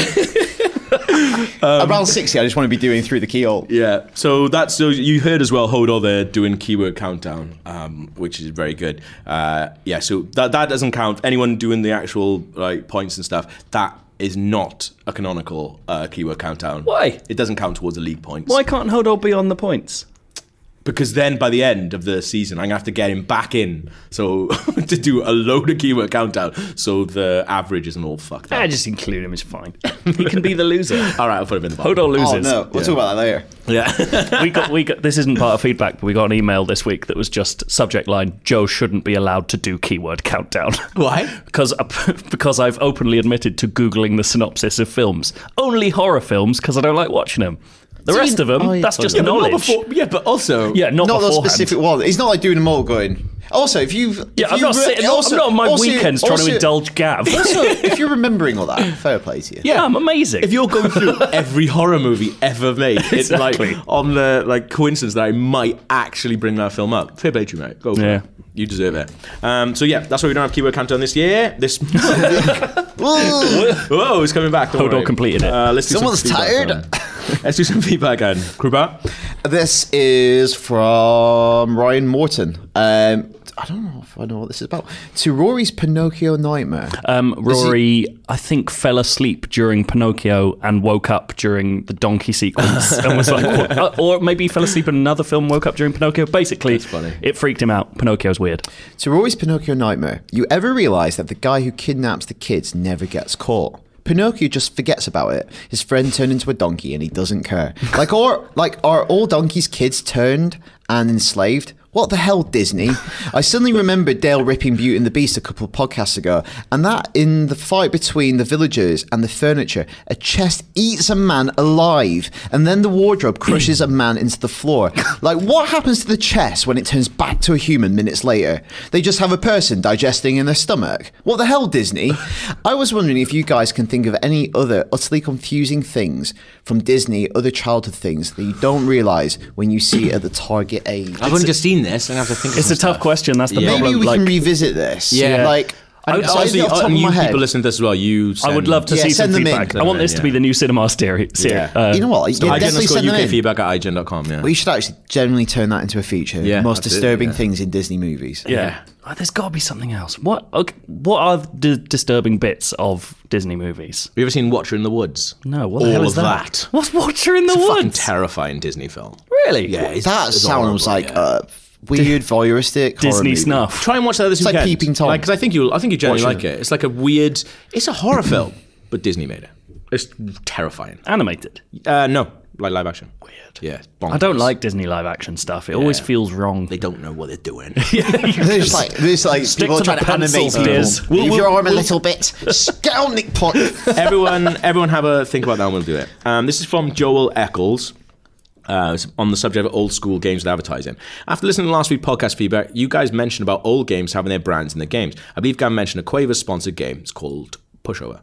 Speaker 2: Um,
Speaker 3: Around sixty, I just want to be doing through the keyhole.
Speaker 1: Yeah, so that's so you heard as well Hodor there doing keyword countdown, um, which is very good. Uh, yeah, so that that doesn't count. Anyone doing the actual like points and stuff that is not a canonical uh, keyword countdown.
Speaker 2: Why?
Speaker 1: It doesn't count towards the league points.
Speaker 2: Why can't Hodor be on the points?
Speaker 1: Because then by the end of the season, I'm gonna have to get him back in. So to do a load of keyword countdown, so the average isn't all fucked up.
Speaker 2: I Ah, just include him. It's fine. he can be the loser.
Speaker 1: all right, I'll put him in the bottom.
Speaker 2: Hodor loses.
Speaker 3: Oh no, we'll talk about that later.
Speaker 1: Yeah.
Speaker 2: we got we got this isn't part of feedback, but we got an email this week that was just subject line: Joe shouldn't be allowed to do keyword countdown
Speaker 1: Why?
Speaker 2: because uh, because I've openly admitted to googling the synopsis of films, only horror films, because I don't like watching them. The rest of them,
Speaker 3: oh, yeah.
Speaker 2: that's just
Speaker 1: But not
Speaker 2: knowledge.
Speaker 1: before, yeah, but also
Speaker 2: yeah, not,
Speaker 3: Not the
Speaker 2: beforehand.
Speaker 3: specific one. It's not like doing a mole going. Also, if you've if
Speaker 2: Yeah, I'm
Speaker 3: you
Speaker 2: not
Speaker 3: re-
Speaker 2: sitting.
Speaker 3: also-
Speaker 2: I'm not on my
Speaker 3: also-
Speaker 2: weekends trying
Speaker 3: also-
Speaker 2: to indulge Gav.
Speaker 3: Also, if you're remembering all that, fair play to you.
Speaker 2: yeah, I'm amazing.
Speaker 1: if you're going through every horror movie ever made, it's
Speaker 2: Exactly.
Speaker 1: like on the like coincidence that I might actually bring that film up. Fair play to you, mate. Go for
Speaker 2: Yeah.
Speaker 1: it. You deserve it. Um, so yeah, that's why we don't have keyword countdown this year. This whoa, it's coming back. Don't
Speaker 2: Hodor
Speaker 1: worry.
Speaker 2: completed it.
Speaker 1: Uh, let's do some
Speaker 3: Someone's
Speaker 1: feedback,
Speaker 3: tired.
Speaker 1: uh, Let's do some feedback, and Krupa.
Speaker 3: This is from Ryan Morton. Um, I don't know if I know what this is about. To Rory's Pinocchio Nightmare.
Speaker 2: Um, Rory, I think, fell asleep during Pinocchio and woke up during the donkey sequence, and was like, what? Uh, or maybe he fell asleep in another film, woke up during Pinocchio. Basically, it freaked him out. Pinocchio's weird.
Speaker 3: to Rory's Pinocchio Nightmare, you ever realize that the guy who kidnaps the kids never gets caught? Pinocchio just forgets about it. His friend turned into a donkey and he doesn't care. Like or like are all donkeys kids turned and enslaved? What the hell, Disney? I suddenly remembered Dale ripping Beauty and the Beast a couple of podcasts ago, and that in the fight between the villagers and the furniture, a chest eats a man alive, and then the wardrobe crushes a man into the floor. Like, what happens to the chest when it turns back to a human minutes later? They just have a person digesting in their stomach. What the hell, Disney? I was wondering if you guys can think of any other utterly confusing things from Disney, other childhood things that you don't realize when you see it at the target age.
Speaker 1: I've only just seen this, and I have to think.
Speaker 2: It's a tough question. That's the
Speaker 1: Yeah.
Speaker 2: problem.
Speaker 3: Maybe we
Speaker 2: like,
Speaker 3: can revisit this.
Speaker 1: Yeah.
Speaker 3: Like,
Speaker 2: I
Speaker 3: I,
Speaker 2: would-
Speaker 3: so
Speaker 2: obviously,
Speaker 3: off the top of
Speaker 1: and you
Speaker 3: my head.
Speaker 1: uh, people listening to this as well, you.
Speaker 2: I would love to
Speaker 3: Yeah,
Speaker 2: see some
Speaker 3: send them in.
Speaker 2: feedback. I
Speaker 1: Send
Speaker 2: want
Speaker 1: them
Speaker 2: this
Speaker 1: in,
Speaker 2: to be
Speaker 1: yeah.
Speaker 2: the new cinema series.
Speaker 3: Yeah.
Speaker 2: Uh,
Speaker 3: you know what? Yeah,
Speaker 1: I can
Speaker 3: definitely
Speaker 1: underscore
Speaker 3: send them
Speaker 1: UK
Speaker 3: in.
Speaker 1: feedback at igen.com, yeah.
Speaker 3: We should actually generally turn that into a feature.
Speaker 1: Yeah,
Speaker 3: most
Speaker 1: absolutely,
Speaker 3: disturbing
Speaker 1: yeah.
Speaker 3: things in Disney movies.
Speaker 2: yeah. Oh, there's got to be something else. What? Okay, what are the disturbing bits of Disney movies?
Speaker 1: Have you ever seen Watcher in the Woods?
Speaker 2: No, what the
Speaker 1: All
Speaker 2: hell is
Speaker 1: of
Speaker 2: that?
Speaker 1: that.
Speaker 2: What's Watcher in the
Speaker 1: Fucking
Speaker 2: Woods?
Speaker 1: terrifying Disney film.
Speaker 2: really?
Speaker 1: Yeah, it's-
Speaker 3: That
Speaker 1: it's
Speaker 3: sounds
Speaker 1: horrible,
Speaker 3: like
Speaker 1: yeah.
Speaker 3: uh, weird voyeuristic horror
Speaker 2: Disney
Speaker 3: movie.
Speaker 2: snuff.
Speaker 1: Try and watch that this
Speaker 3: It's like
Speaker 1: weekend.
Speaker 3: Peeping Tom.
Speaker 1: because I think you, I think you generally
Speaker 3: Watch
Speaker 1: like it. It's like a weird. It's a horror film, but Disney made it. It's terrifying.
Speaker 2: Animated.
Speaker 1: Uh, no, like live action. Weird. Yeah. bonkers.
Speaker 2: I don't like Disney live action stuff. It always
Speaker 1: Yeah.
Speaker 2: feels wrong.
Speaker 1: They don't know what they're doing.
Speaker 3: There's like, there's like people
Speaker 2: to
Speaker 3: trying
Speaker 2: the
Speaker 3: to animate
Speaker 2: pencils,
Speaker 3: people.
Speaker 2: Diz.
Speaker 3: Move
Speaker 1: We'll-
Speaker 3: your
Speaker 1: we'll-
Speaker 3: arm a
Speaker 1: we'll-
Speaker 3: little bit. Get on, Nick Pot.
Speaker 1: everyone, everyone, have a think about that, and we'll do it. Um, this is from Joel Eccles. uh, on the subject of old school games with advertising. After listening to last week's podcast feedback, you guys mentioned about old games having their brands in their games. I believe Gam mentioned a Quaver sponsored game. It's called Pushover.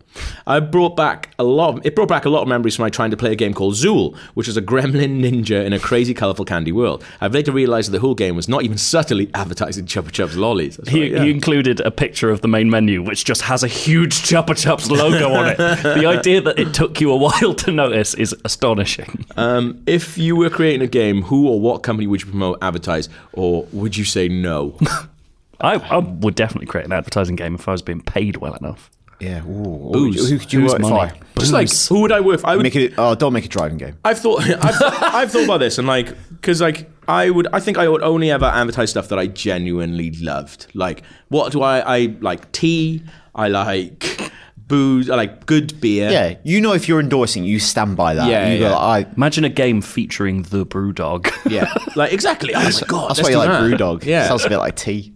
Speaker 1: I brought back a lot. Of, it brought back a lot of memories from my trying to play a game called Zool, which was a gremlin ninja in a crazy, colourful candy world. I've later realised that the whole game was not even subtly advertising Chupa Chups lollies. That's
Speaker 2: He,
Speaker 1: right, yeah.
Speaker 2: he included a picture of the main menu, which just has a huge Chupa Chups logo on it. The idea that it took you a while to notice is astonishing.
Speaker 1: Um, if you were creating a game, who or what company would you promote, advertise, or would you say no?
Speaker 2: I, I would definitely create an advertising game if I was being paid well enough.
Speaker 3: Yeah. Ooh,
Speaker 1: Booze.
Speaker 3: Who could you
Speaker 2: Who's
Speaker 3: work
Speaker 2: money?
Speaker 3: for?
Speaker 1: Just like who would I work? For? I would
Speaker 3: Make it. Oh, don't make a driving game.
Speaker 1: I've thought I've, thought- I've thought about this and like because like I would I think I would only ever advertise stuff that I genuinely loved. Like what do I I like tea? I like booze. I like good beer.
Speaker 3: Yeah, you know if you're endorsing, you stand by that.
Speaker 1: Yeah,
Speaker 3: you
Speaker 1: yeah.
Speaker 3: Go, like, I.
Speaker 2: Imagine a game featuring the Brewdog.
Speaker 1: Yeah, like exactly. Oh my god,
Speaker 3: That's
Speaker 1: let's
Speaker 3: why you
Speaker 1: do
Speaker 3: like
Speaker 1: that.
Speaker 3: Brewdog.
Speaker 1: Yeah,
Speaker 3: sounds a bit like tea.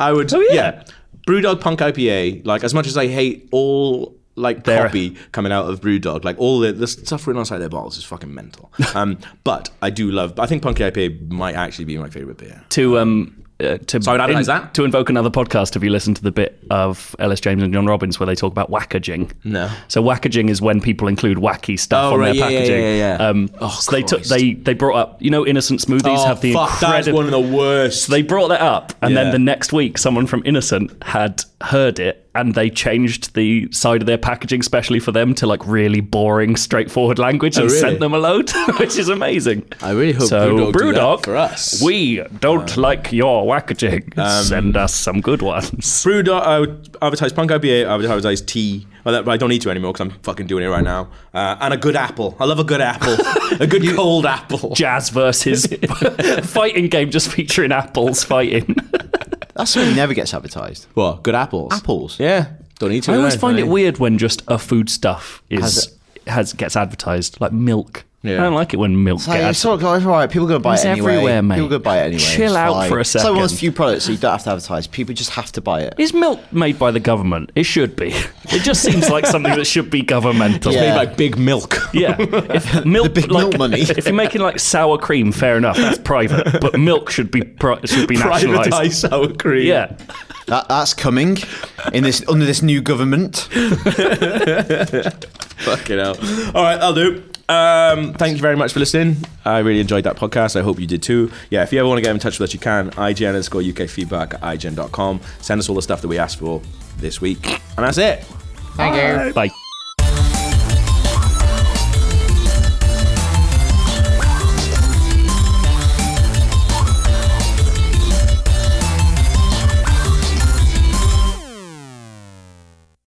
Speaker 1: I would.
Speaker 2: Oh, yeah.
Speaker 1: yeah. Brewdog Punk IPA. Like as much as I hate all like
Speaker 2: They're-
Speaker 1: copy coming out of Brewdog, like all the, the stuff written outside their bottles is fucking mental. Um, but I do love. I think Punk IPA might actually be my favorite beer.
Speaker 2: to um, uh, to
Speaker 1: So I would analyse that?
Speaker 2: to invoke another podcast. Have you listened to the bit of Ellis James and John Robbins where they talk about wackaging?
Speaker 1: No.
Speaker 2: So wackaging is when people include wacky stuff
Speaker 1: Oh,
Speaker 2: on
Speaker 1: right,
Speaker 2: their
Speaker 1: yeah, yeah,
Speaker 2: packaging.
Speaker 1: yeah, yeah.
Speaker 2: Um,
Speaker 1: Oh,
Speaker 2: so they took
Speaker 1: Christ.
Speaker 2: they they brought up you know innocent smoothies
Speaker 1: Oh,
Speaker 2: have the
Speaker 1: fuck, that is
Speaker 2: incredible
Speaker 1: one of the worst.
Speaker 2: they brought that up, and
Speaker 1: Yeah.
Speaker 2: then the next week, someone from Innocent had heard it, and they changed the side of their packaging specially for them to like really boring, straightforward language, and
Speaker 1: Oh, really?
Speaker 2: sent them a load, which is amazing.
Speaker 1: I really hope
Speaker 2: so.
Speaker 1: Brewdog do that
Speaker 2: Brewdog,
Speaker 1: for us. Um,
Speaker 2: we don't like your packaging. Send us some good ones.
Speaker 1: Brew dot, I would advertise Punk IPA, I would advertise tea. Well, that, I don't need to anymore because I'm fucking doing it right now. Uh, and a good apple. I love a good apple. a good cold apple.
Speaker 2: Jazz versus fighting game, just featuring apples fighting.
Speaker 3: That's something that never gets advertised.
Speaker 1: What? Good apples?
Speaker 3: Apples.
Speaker 1: Yeah. Don't need to.
Speaker 2: I
Speaker 1: do
Speaker 2: always
Speaker 1: I?
Speaker 2: find it
Speaker 1: Funny.
Speaker 2: weird when just a foodstuff
Speaker 3: Has
Speaker 2: is has gets advertised, like milk.
Speaker 1: Yeah.
Speaker 2: I don't like it when milk
Speaker 3: Like,
Speaker 2: gets
Speaker 3: it's all, it's all right. People are going to buy
Speaker 2: It's
Speaker 3: it anyway.
Speaker 2: everywhere, mate.
Speaker 3: People are going to buy it anyway.
Speaker 2: Chill
Speaker 3: It's
Speaker 2: out
Speaker 3: fine.
Speaker 2: for a
Speaker 3: It's like one of
Speaker 2: second.
Speaker 3: those few products that you don't have to advertise. People just have to buy it.
Speaker 2: Is milk made by the government? It should be. It just seems like something that should be governmental.
Speaker 3: Yeah.
Speaker 1: Made by Big Milk.
Speaker 2: Yeah. If milk,
Speaker 3: big
Speaker 2: like,
Speaker 3: milk money.
Speaker 2: If you're making like sour cream, fair enough. That's private. But milk should be pri- should be
Speaker 1: Privatized
Speaker 2: nationalized.
Speaker 1: sour cream.
Speaker 2: Yeah.
Speaker 3: That, that's coming in this under this new government.
Speaker 1: Fucking hell. All right, I'll do. Um, thank you very much for listening. I really enjoyed that podcast. I hope you did too. Yeah, if you ever want to get in touch with us, you can. IGN underscore UK feedback at IGN.com. Send us all the stuff that we asked for this week. And that's it.
Speaker 2: Bye.